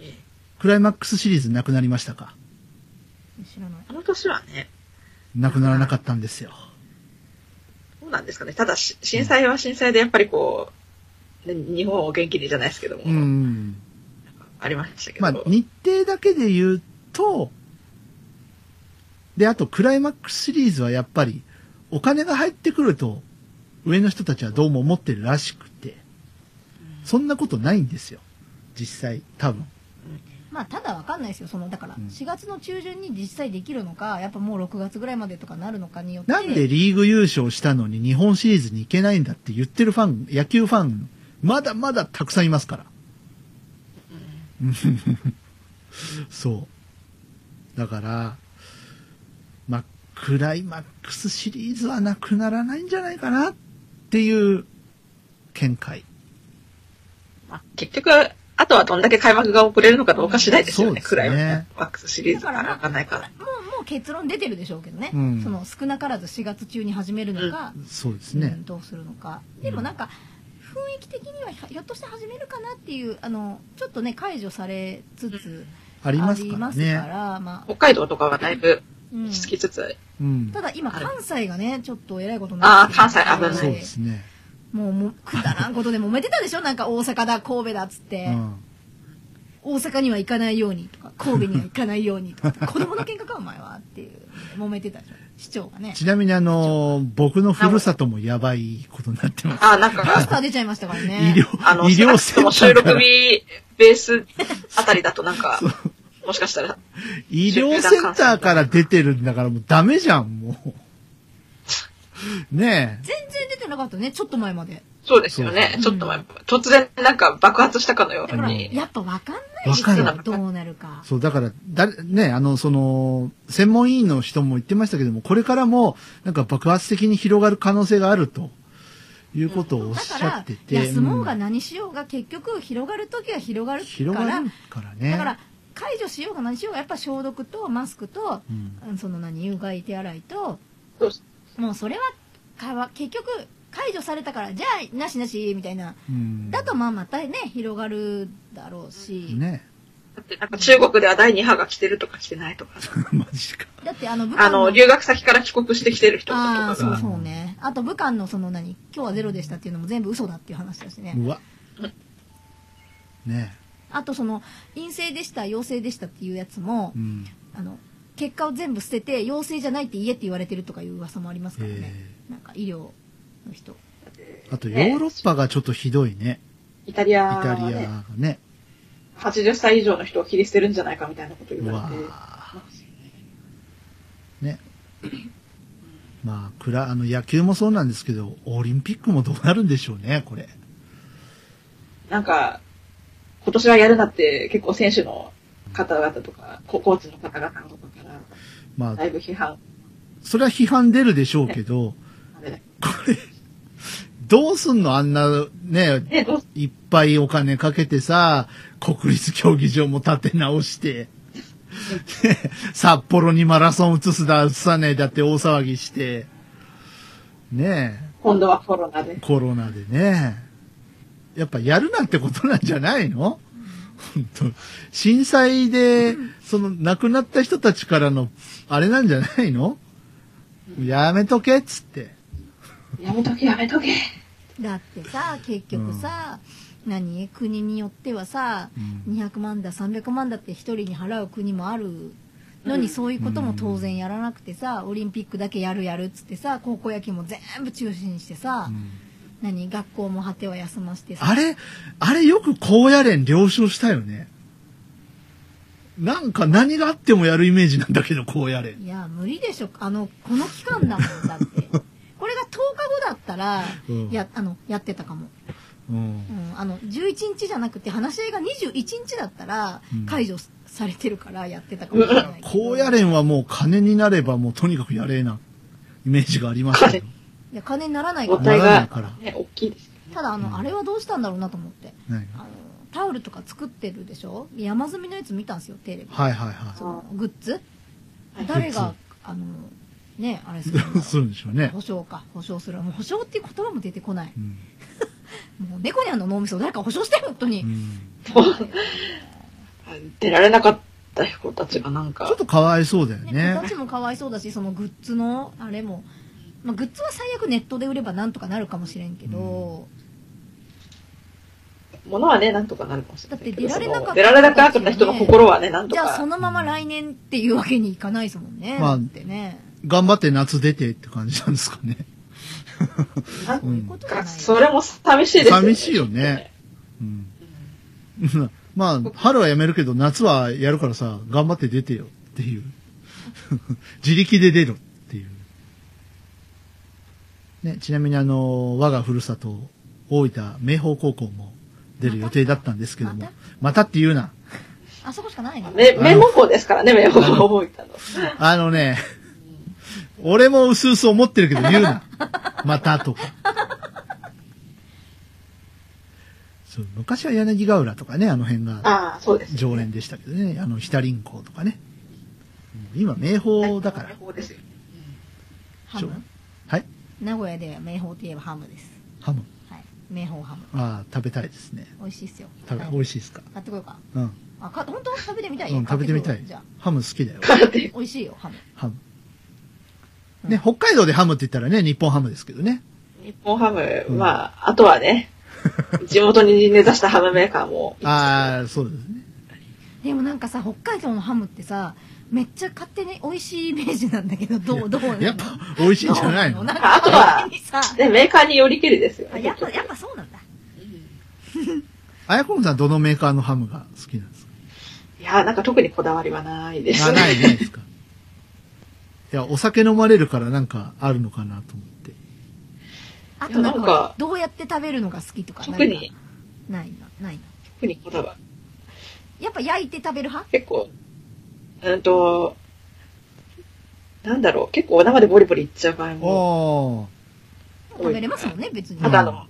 B: え。
A: クライマックスシリーズなくなりましたか
C: 知らない。
B: あの年はね、
A: なくならなかったんですよ。
B: どうなんですかね。ただし、震災は震災で、やっぱりこう、ね日本を元気にじゃないですけども、
A: うん。
B: ありましたけど。
A: まあ、日程だけで言うと、で、あと、クライマックスシリーズはやっぱり、お金が入ってくると、上の人たちはどうも思ってるらしくて、そんなことないんですよ。実際、多分。
C: まあ、ただわかんないですよ。その、だから、
A: うん
C: 4月の中旬に実際できるのか、やっぱもう6月ぐらいまでとかなるのかによって。
A: なんでリーグ優勝したのに日本シリーズに行けないんだって言ってるファン、野球ファン、まだまだたくさんいますから。そう。だから、まあ、クライマックスシリーズはなくならないんじゃないかなっていう見解。
B: まあ結局、あとはどんだけ開幕が遅れるのかどうか次第ですよね。
A: そう
B: ク
A: で
B: ラ
A: す
B: イ
A: ね
B: マックスシリーズが上がんないから。
C: もう、もう結論出てるでしょうけどね。
A: うん
C: その、少なからず4月中に始めるのか、
A: そうです
C: う
A: ね
C: ん。どうするのか。でもなんか、雰囲気的にはひょっとして始めるかなっていう、あの、ちょっとね、解除されつつ、
A: ありますか
C: あり
A: ら
C: ますか
A: ね。
C: ら、まあ、
B: 北海道とかはだいぶ
C: うん
B: 落ち着きつつ、
A: うん
C: た。だ今関西がねちょっとえらいことに
B: あ
C: な
B: あ
C: ってる
B: 関西危ない
A: そうですね。
C: もうもうくだらんことで揉めてたでしょなんか大阪だ神戸だっつって、
A: うん。
C: 大阪には行かないようにとか神戸には行かないようにとか子供の喧嘩かお前はっていう揉めてたでしょ市長がね
A: ちなみにあの、僕のふるさともやばいことになってます。
B: ああ、なん
C: モンス
B: か、
C: ター出ちゃいましたからね
A: 医療、
B: あの、
A: 医療
B: 少なくと
A: セン
B: も
A: タ
B: 収
A: ーか
B: 録
A: ら、
B: 日ベースあたりだとなんか、もしかしたら、
A: 医療センターから出てるんだからもうダメじゃん、もう。ね
C: 全然出てなかったねちょっと前まで
B: そうですよね。ち
C: そう
B: ょっと前、突然なんか爆発したかのよ
C: だ
B: う
C: から
B: に。
C: やっぱ分かんない
A: わ
C: です
A: かんない
C: よどうなるか
A: え。そう、だから、だ、ね、あの、その、専門医の人も言ってましたけども、これからも、なんか爆発的に広がる可能性があると、いうことをおっ
C: だ
A: し
C: か
A: ゃっ
C: ら
A: てて。
C: 休もうが
A: ん
C: 何しようが結局広がる時は広がる
A: 広
C: か
A: が
C: ら
A: るからね。
C: だから解除しようが何しようがやっぱ消毒とマスクと
A: うん、
C: うんその何有害手洗いと
B: そう
C: もうそれはかわ結局解除されたからじゃあなしなしみたいな
A: うん。
C: だとまあまたね広がるだろうし、
A: ね。
B: だってなんか中国では第2波が来てるとか来てないとか。
A: マジか。
C: だってあの武
B: あ
C: 漢
B: の、留学先から帰国してきてる人と
C: あ
B: か
C: あ
B: が。
C: そうそうねあと武漢のその何今日はゼロでしたっていうのも全部嘘だっていう話だしね
A: うわ。ね
C: あとその陰性でした陽性でしたっていうやつも
A: え。うん。
C: あの結果を全部捨てて陽性じゃないって言えって言われてるとかいう噂もありますからね
A: え
C: なんか医療の人
A: あと、ヨーロッパがちょっとひどいね。
B: イタリア
A: イタ
B: は
A: リア
B: ね、
A: がね。
B: 80歳以上の人を切り捨てるんじゃないかみたいなこと言
A: う
B: わ
A: わ
B: れて。
A: ぁね。まあ、くら、あの、野球もそうなんですけど、オリンピックもどうなるんでしょうね、これ。
B: なんか、今年はやるなって結構選手の方々とか、ココーチの方々とかから、
A: まあ
B: だ、いぶ批判
A: それは批判出るでしょうけど、
B: され
A: これ、どうすんのあんな、ね、
B: ね、どう
A: いっぱいお金かけてさ、国立競技場も立て直して、 ね札幌にマラソン移すだ、移さねえだって大騒ぎして、ねえ。
B: 今度はコロナで。
A: コロナでね。やっぱやるなってことなんじゃないの本当震災で、その亡くなった人たちからの、あれなんじゃないのやめとけっつって。
B: やめとけ、やめとけ。
C: だってさ結局さ、何国によってはさ
A: うん
C: 200万だ300万だって1人に払う国もあるのにそういうことも当然やらなくてさオリンピックだけやるやるっつってさ高校野球も全部中止にしてさ、何学校も果ては休ましてさ
A: あれ、あれよく高野連了承したよね。なんか何があってもやるイメージなんだけど、高野連。
C: いや無理でしょあのこの期間だもんだって これが10日後だったら、
A: うん
C: やあのやってたかも、
A: うん。
C: うん、あの11日じゃなくて話し合いが21日だったら
A: うん
C: 解除されてるからやってたかもしれないけど
A: 高野連はもう金になればもうとにかくやれな、イメージがありますけど。
C: いや金にならないか
B: 母
C: ら
A: な
B: 体
A: らないか
B: が
A: ら、
B: ね、大きいです。
C: ただあの、あれはどうしたんだろうなと思って
A: 何
C: あのタオルとか作ってるでしょ山積みのやつ見たんですよテレビ
A: はいはいはい。
C: そのグッズ
B: はい
C: 誰が
A: グ
C: あのね あれするんだ
A: ど
C: ろ
A: うするんでしょうね
C: う。保証か保証するもう保証っていう言葉も出てこない
A: うん
C: もう、猫ニャンの脳みそ誰か保証して、本当に。
A: うん
B: 出られなかった人たちがなん
A: ちょ
B: か
A: っ、とかわいそうだよ
C: ね、子
A: ね
C: た。ちもかわいそうだし、そのグッズの、あれも、まあ、グッズは最悪ネットで売ればなんとかなるかもしれんけど、
B: ものはね、なんとかなるかもしれないけど。
C: だって出られなかった
B: その出られなかった人の心はね、なんと
C: じゃあそ
B: か。
C: のまま来年っていうわけにいかないですもんね。
A: まあ
C: だってね。
A: 頑張って夏出てって感じなんですか ね。
B: なん
C: そういうことじゃ
B: か、
C: ない。
B: それも寂しいですよね。
A: 寂しいよね。うん。 まあ、春はやめるけど、夏はやるからさ、頑張って出てよっていう。 自力で出ろっていう。ね、ちなみにあの、我がふるさと、大分、明豊高校も出る予定だったんですけども、
C: ま
A: また
C: た
A: って言うな。
C: あそこしかないの
B: め、名門校ですからね、名門校覚えたの。
A: あのね、俺もうすうす思ってるけど言うな。またとか。そう昔は柳ヶ浦とかね、あの辺が
B: ああ、そうです。
A: 常連でしたけどね、あの、日田林校とかね。うん今、名宝だから
B: 名、門ですよ。
C: ハム
A: はい
C: 名古屋で名宝といえばハムです。
A: ハム。
C: はい。名宝ハム。
A: ああ、食べたいですね。
C: 美味しいっすよ。
A: 食べ、
C: はい
A: 美味しいですか。
C: 買ってこようか。
A: うん。うん、
C: あ、か本当食べてみたい、
A: 食べてみたい
C: じゃあ。
A: ハム好きだ よ、
B: だって、
C: 美味しいよ、ハム。
A: ハム。
C: うん
A: ね、北海道でハムって言ったらね、日本ハムですけどね。
B: 日本ハム、
A: うん
B: まあ、あとは ね、地元に根ざしたハムメーカーも、
A: ああ、そうですね。
C: でもなんかさ、北海道のハムってさ、めっちゃ勝手に美味しいイメージなんだけど、どう、どうなの
A: やっぱ、美味しいんじゃないの
C: ど うなん
B: あとは
C: か勝手に さ、
B: ね、メーカーによりけりですよ
C: あ
B: ね。
C: やっぱ、やっぱそうなんだ。
A: あやこんさん、どのメーカーのハムが好きなんですか
B: いや、なんか特にこだわりはないです
A: あ、ないないですか。いや、お酒飲まれるからなんかあるのかなと思って。
C: あとなんか
B: いやなんか
C: どうやって食べるのが好きとかなんか
B: 特に、
C: ないなないな
B: 特にこだわり。
C: やっぱ焼いて食べる派
B: 結構、うんと、なんだろう、結構生でボリボリいっちゃう場合も、
A: おー。
C: 食べれますもんね別に
A: あと
B: あと
A: あ
B: あ
A: の
B: の、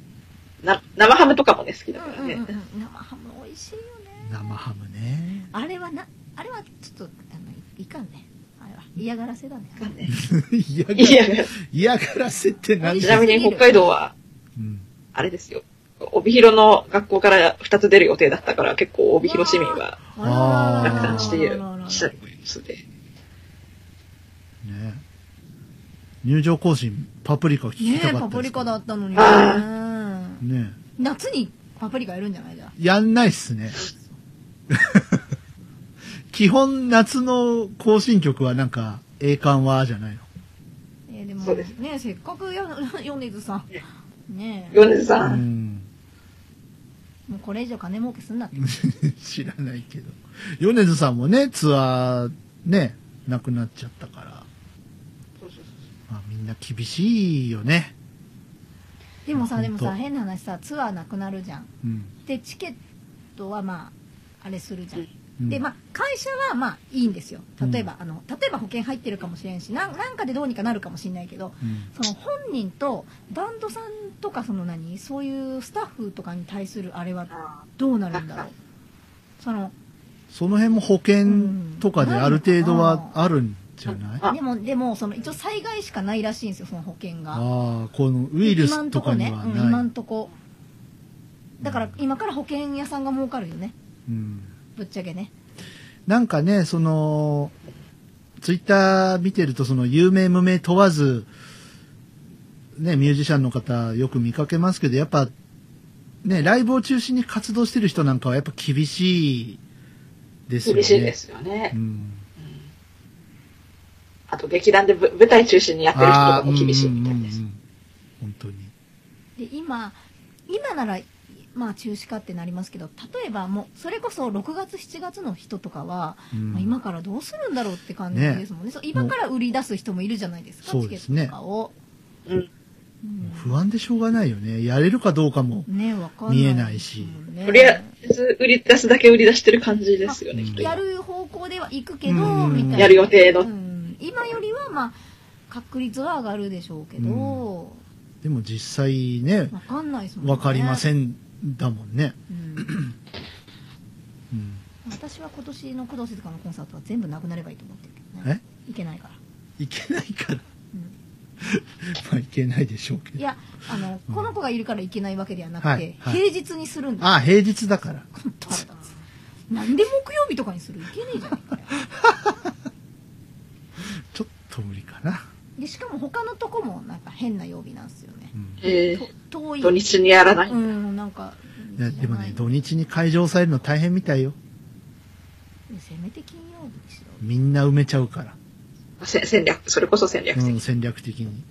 B: な生ハムとかもね、好きだ
C: うん
B: か
C: う
B: ら
C: んうん
B: ね。
C: うん生ハム美味しいよね
A: 生ハムね。
C: あれはなあれはちょっとあのいいかんねあれは嫌がらせだね
A: 嫌が
B: い
A: ら
B: や、
A: 嫌がらせって何で
B: ち
A: す
B: なみに北海道は、
A: うん
B: あれですよ。帯広の学校から2つ出る予定だったから、結構帯広市民は
C: あらららら
B: 落胆してい
C: あ
B: る
C: らららら。
B: したりもいますで。
A: ね入場行進パプリカ聞き
C: ね
A: た
C: え
A: かった
C: パプリカだったのにね
A: ね
C: 夏にパプリカやるんじゃないじゃあ
A: やんないっすね 基本夏の行進曲はなんか栄冠はじゃないの
C: えーでも
B: そうです
C: ねえせっかくよ 米津さんねえ
B: 米津さ、
A: うんん
C: もうこれ以上金儲けすんなって
A: 知らないけど米津さんもねツアーねなくなっちゃったから、まあ、みんな厳しいよね、
C: でもさでも
A: ほ
C: さ
A: んと
C: 変な話さツアーなくなるじゃん
A: うん
C: でチケットはまああれするじゃん、
A: うん、
C: でまあ会社はまあいいんですよ
A: うん
C: 例えば、あの例えば保険入ってるかもしれんしなんなんかでどうにかなるかもしれないけど
A: うん
C: その本人とバンドさんとかその何そういうスタッフとかに対するあれは
B: あ
C: どうなるんだろうその
A: その辺も保険とかである程度はあるんじゃない、
B: あ
C: でもでもその一応災害しかないらしいんですよその保険が
A: ああ、このウイルスとかには
C: 今んとこねうん、今
A: ない
C: ん。とこだから今から保険屋さんが儲かるよね
A: うん
C: ぶっちゃけね
A: なんかね、その、ツイッター見てると、その、有名無名問わず、ね、ミュージシャンの方よく見かけますけど、やっぱ、ね、ライブを中心に活動してる人なんかはやっぱ厳しいですよね。
B: 厳しいで。すよね
A: う。ん。
B: あと劇団でぶ舞台中心にやってる人とかも厳しいみたいで
A: う
B: す
A: んうん。うん本当に。
C: で今今ならまあ中止かってなりますけど例えばもうそれこそ6月7月の人とかは、
A: うん
C: まあ今からどうするんだろうって感じ
A: ね
C: ですもんねそう今から売り出す人もいるじゃないですか
A: そう
C: チケ
A: です
C: ット
A: ね
C: とかを、
B: うん
C: うん
A: 不安でしょうがないよね。やれるかどうかも。
C: ねわかんない
A: 見えないし
C: もんね
B: とりあえず売り出すだけ売り出してる感じですよね、
A: うん
B: きっと
C: やる方向では行くけど、
A: うん
C: みたいな
B: やる予定の
C: うん今よりはまあ確率は上がるでしょうけど、
A: うでも実際ね、
C: わかんないですもんね
A: わかりませ
C: ん、
A: んだもんね。
C: うん
A: うん
C: 私は今年の工藤静香のコンサートは全部なくなればいいと思ってるけどね
A: え
C: いけないから
A: いけないから。
C: うん
A: まあ、いけないでしょうけ
C: い
A: ど。
C: やあのこの子がいるからいけないわけではなくて、
A: はいはい
C: 平日にするんだ
A: ああ、平日だから。
C: なんで木曜日とかにするいけねえじゃん
A: ちょっと無理かな。
C: でしかも他のとこもなんか変な曜日なんですよね
A: うん
B: え
C: と
B: ー、
C: 遠い
B: 土日にやらない。
C: うんなんか
A: いやでもね、
C: じゃ
A: 土日に会場されるの大変みたいよ。
C: ないせめて金曜日にしろ
A: みんな埋めちゃうから。
B: せ戦略、それこそ戦略
A: う
B: 的。
A: ん、戦略的に。
C: い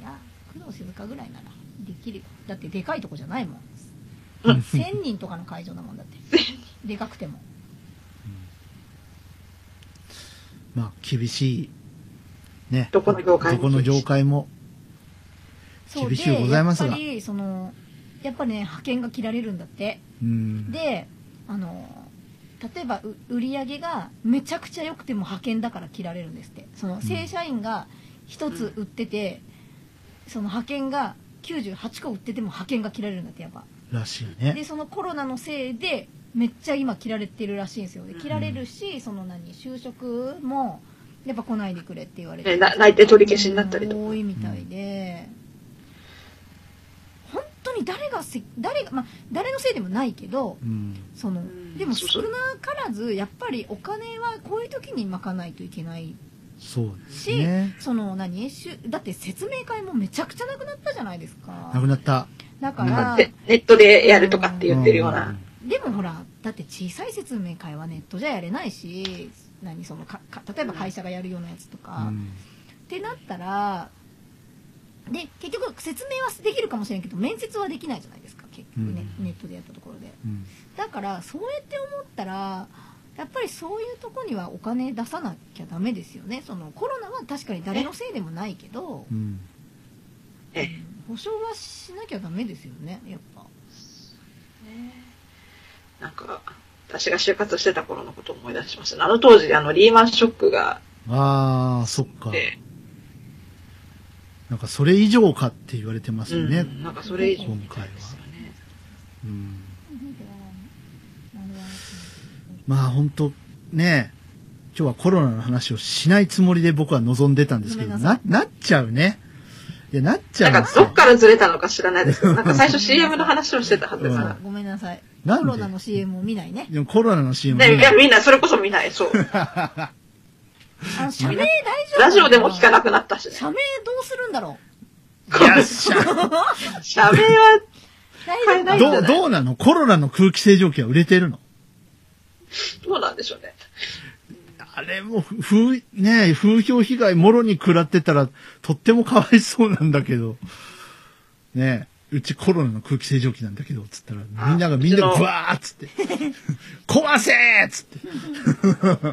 C: や工藤静香ぐらいならできるよだってでかいとこじゃないも ん
B: うん
C: 1000人とかの会場だもんだってでかくても
A: まあ、厳しい。ね。
B: どこの業界
A: どこの業界も。
C: そう
A: 厳しゅうございますが
C: でやっぱりそのやっぱりね派遣が切られるんだって
A: うん。
C: であの例えばう売り上げがめちゃくちゃ良くても派遣だから切られるんですってその正社員が1つ売ってて、その派遣が98個売ってても派遣が切られるんだってやっぱ
A: らしい
C: で
A: ね。
C: そのコロナのせいでめっちゃ今切られてるらしいんですよで切られるし、その何就職もやっぱ来ないでくれって言われて
B: えな内定取り消しになったりとか。
C: 多いみたいで、本当に誰がせ誰がまあ誰のせいでもないけど
A: うん。
C: その
B: ん
C: でも
B: そう
C: 少
B: そう
C: なからずやっぱりお金はこういう時に巻かないといけない
A: そうです
C: し、
A: ね。
C: その何しゅだって説明会もめちゃくちゃなくなったじゃないです
A: なく
C: か
A: なった。
C: だか
A: な
C: ら
B: でネットでやるとかって言ってるよう
A: う。。
B: なん
C: でもほらだって小さい説明会はネットじゃやれないし何そのかか例えば会社がやるようなやつとか、
A: うん
C: ってなったらで結局説明はできるかもしれんけど面接はできないじゃないですか結局ね、
A: うん
C: ネットでやったところで
A: うん。
C: だからそうやって思ったらやっぱりそういうとこにはお金出さなきゃダメですよねそのコロナは確かに誰のせいでもないけど、
A: うん。
B: ええ
C: うん保証はしなきゃダメですよねやっぱ
B: なんか、私が就活してた頃のことを思い出しました。あの当時、あの、リーマンショックが
A: ああ、そっ
B: あ
A: か
B: っ。て、
A: なんかそれ以上かって言われてますよね
B: う。んなんかそれ以上
A: 今
B: みた
A: 回
B: いですよ
A: は。
B: ね。
A: うん。まあ本当ね、今日はコロナの話をしないつもりで僕は望んでたんですけど、
C: ごめんな
A: な
C: さ、
A: なっちゃうね。いや、なっちゃ
B: な
A: うんんで
B: か
A: す
B: ど
A: よ
B: っ。からずれたのか知らな いですけど、なんか最初 CM の話をしてたはずで
A: う
B: す
A: ん
C: そ
B: か
C: うごめんなさいコ
A: なんで
C: ロナの CM を見ないね
A: でもコロナの CM
B: ら。ね、いや、
A: ね、
B: みんなそれこそ見な い。そう。
C: あの社名大丈夫
B: ラジオでも聞かなくなったしね。
C: 社名どうするんだろ
A: よっしゃ。
B: 社名は、
C: う大丈夫
B: 変えない
A: どう、どうなのコロナの空気清浄機は売れてるの
B: どうなんでしょうね。
A: あれも、風、ね風評被害もろに食らってたら、とってもかわいそうなんだけど、ねうちコロナの空気清浄機なんだけど、つったら、みんなが
B: あ
A: みんなが
B: うち
A: ブ
B: の
A: ワーっつっ て、壊せーっつって、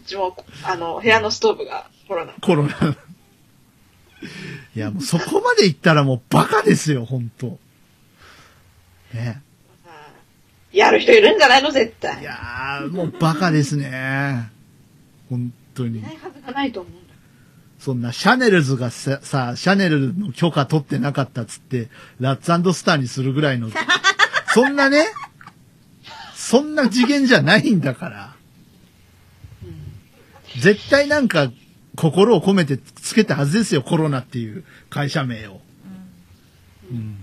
B: うちも、あの、部屋のストーブがコロナ。
A: コロナ。いや、もうそこまで行ったらもうバカですよ、ほんと。ね
B: やる人いるんじゃないの絶対。
A: い
B: い
A: やー、もうバカですね。本当に
B: な。いはずがないと思うんだ
A: そんなシャネルズがさ、さ、シャネルの許可取ってなかったっつって、ラッツスターにするぐらいの、そんなね、そんな次元じゃないんだから。絶対なんか、心を込めてつけたはずですよ、コロナっていう会社名を。うん。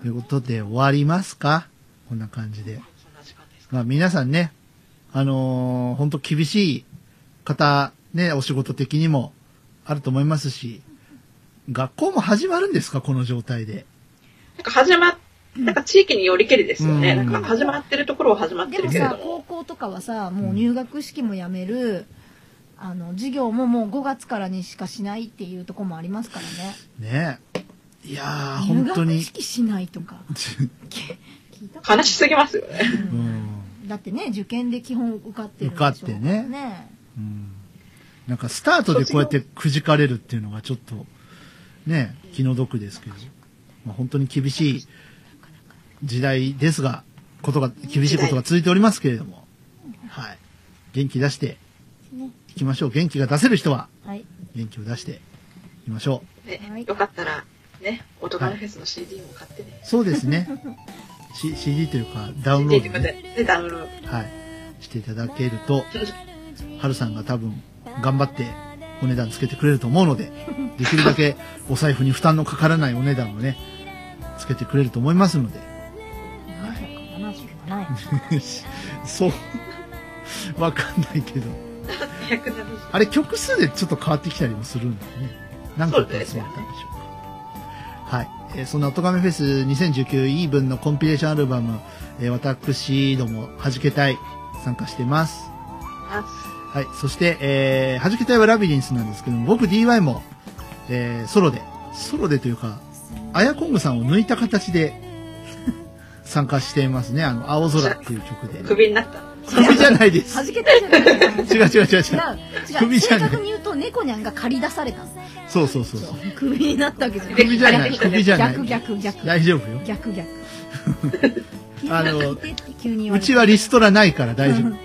A: ということで終わりますかこんな感じで。
B: そんな時間ですか。
A: まあ皆さんね、あのー、本当厳しい方、ね、お仕事的にもあると思いますし、学校も始まるんですかこの状態で。
B: なんか始まっ、なんか地域によりけりですよね。
A: う
B: なんんか始まってるところは始まって
C: で
B: る
C: も
B: けれ
C: さ
B: ど
C: 高
B: も。
C: 校とかはさもう入学式もやめる、あの授業ももう5月からにしかしないっていうとこもありますからね
A: ねいやー、
C: 入
A: 本当
C: 学
A: に。
C: 式しないとか聞いたか
B: 悲しすぎますよね。
A: う
C: うん
A: ん
C: だってね受験で基本受かってるんでしょ
A: 受かってね
C: ね
A: うんなんかスタートでこうやってくじかれるっていうのがちょっと、ね、気の毒ですけど、まあ、本当に厳しい時代ですが、ことが、厳しいことが続いておりますけれども、はい。元気出していきましょう。元気が出せる人は
C: はい
A: 元気を出していきましょ
C: はい
B: ねよかったら、ね、オトガメフェスの CD も買ってね。
A: う。そうですね。C、CD というか、ダウンロ
B: CD
A: ー
B: と
A: ド、
B: か
A: ね、
B: で、で、ダウンロー
A: はい。していただけると、ハルさんが多分頑張ってお値段つけてくれると思うので、できるだけお財布に負担のかからないお値段をね、つけてくれると思いますので、
C: 777円。
A: そう、わかんないけど。
B: 170
A: あれ曲数でちょっと変わってきたりもするんだよね。何曲集まったんでしょうか。はい。えーそんな音亀フェス2019イーブンのコンピレーションアルバム、えー私ども弾けたい参加してます。はい。そして、えー、弾けたいはラビリンスなんですけども、僕 DY も、えーソロで、ソロでというか、アヤコングさんを抜いた形で 参加していますね。あの、青空っていう曲 で。
B: 首になった。
A: 首じゃないです。
C: はじけたじゃないです
A: 違う
C: か。
A: 違う違う違う。
C: 違う違
A: 首
C: う。
A: じゃ
C: 正
A: ない
C: 確に言うと、猫にゃんが借り出 されたんです。
A: そうそうそうそう。
C: 首になったわけじゃない。
A: 首じゃない首じゃない
C: 逆逆逆。
A: 大丈夫よ。
C: 逆逆。
A: あ
C: あ
A: の
C: の、急に言わ
A: う
C: れて
A: ちはリストラないから大 丈夫。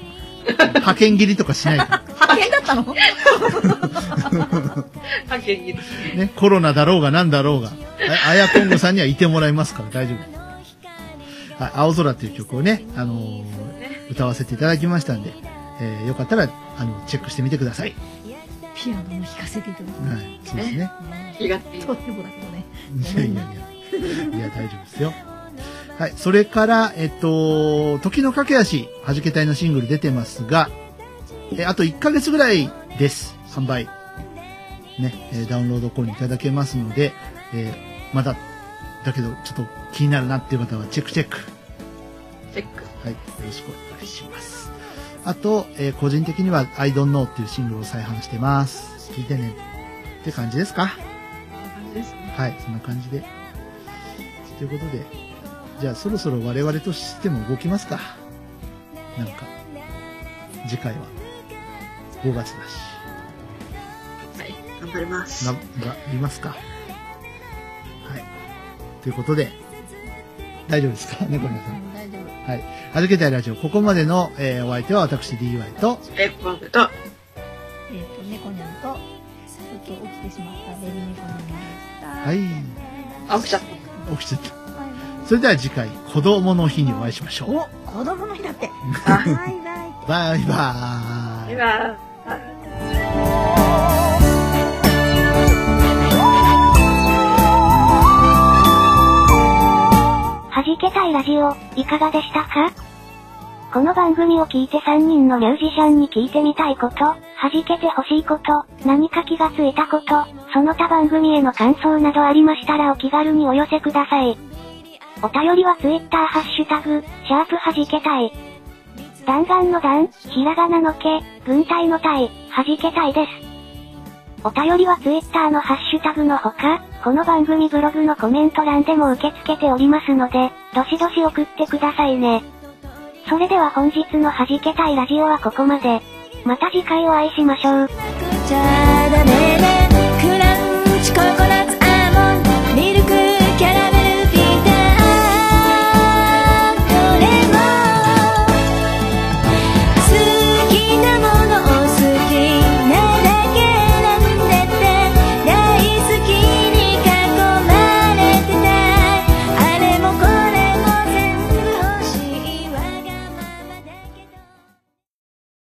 A: 派遣切りとかしないか
C: 派遣だったの
B: あ、元気です。
A: ら。ね、コロナだろうが何だろうが、ああやこんごさんにはいてもらいますから大丈夫。はい、青空という曲をね、あのー歌わせていただきましたんで、えーよかったら、あの、チェックしてみてください。
C: ピアノも弾かせていただく。
A: はい、そうですね。
B: 気がつい
C: とてもだけどね。
A: いやいやいや。いや、大丈夫ですよ。はい。それから、えっと、時の駆け足、弾け隊のシングル出てますが、え、あと1ヶ月ぐらいです。販売。ね、えーダウンロード購入いただけますので、えーまだ、だけど、ちょっと気になるなっていう方はチェックチェック。
B: チェック。
A: はい。よろしくお願いします。あと、えー個人的には、I don't know っていうシングルを再販してます。聞いてね。って感じですか
B: こんな感じですね。
A: はい、そんな感じで。ということで、じゃあそろそろ我々としても動きますか。なんか、次回は5月だし、
B: はい。頑張ります。
A: な、
B: は
A: が、いますか。はい。ということで、大丈夫ですか 猫のさん。
C: 大丈夫。
A: はい。はじけたいラジオ、ここまでの、えーお相手は私 DY と、
B: い。ボングと、
C: えっ、と、猫にゃんと、ちょっと起きてしまったベビー猫にゃんでした。
A: はい、
B: あ、起きちゃった。
A: 起きちゃった。それでは次回、子供の日にお会いしましょう。
C: お、子供の日 だって。バイバイ。
A: バイバーイ
B: で。は、
G: 弾けたいラジオ、いかがでしたかこの番組を聞いて3人のミュージシャンに聞いてみたいこと、弾けてほしいこと、何か気がついたこと、その他番組への感想などありましたらお気軽にお寄せください。お便りは Twitter ハッシュタグ、シャープ弾けたい。弾丸の弾、ひらがなのけ、軍隊の隊、弾けたいです。お便りは Twitter のハッシュタグのほか、この番組ブログのコメント欄でも受け付けておりますので、どしどし送ってくださいね。それでは本日の弾けたいラジオはここまで。また次回お会いしましょう。
H: じゃダメね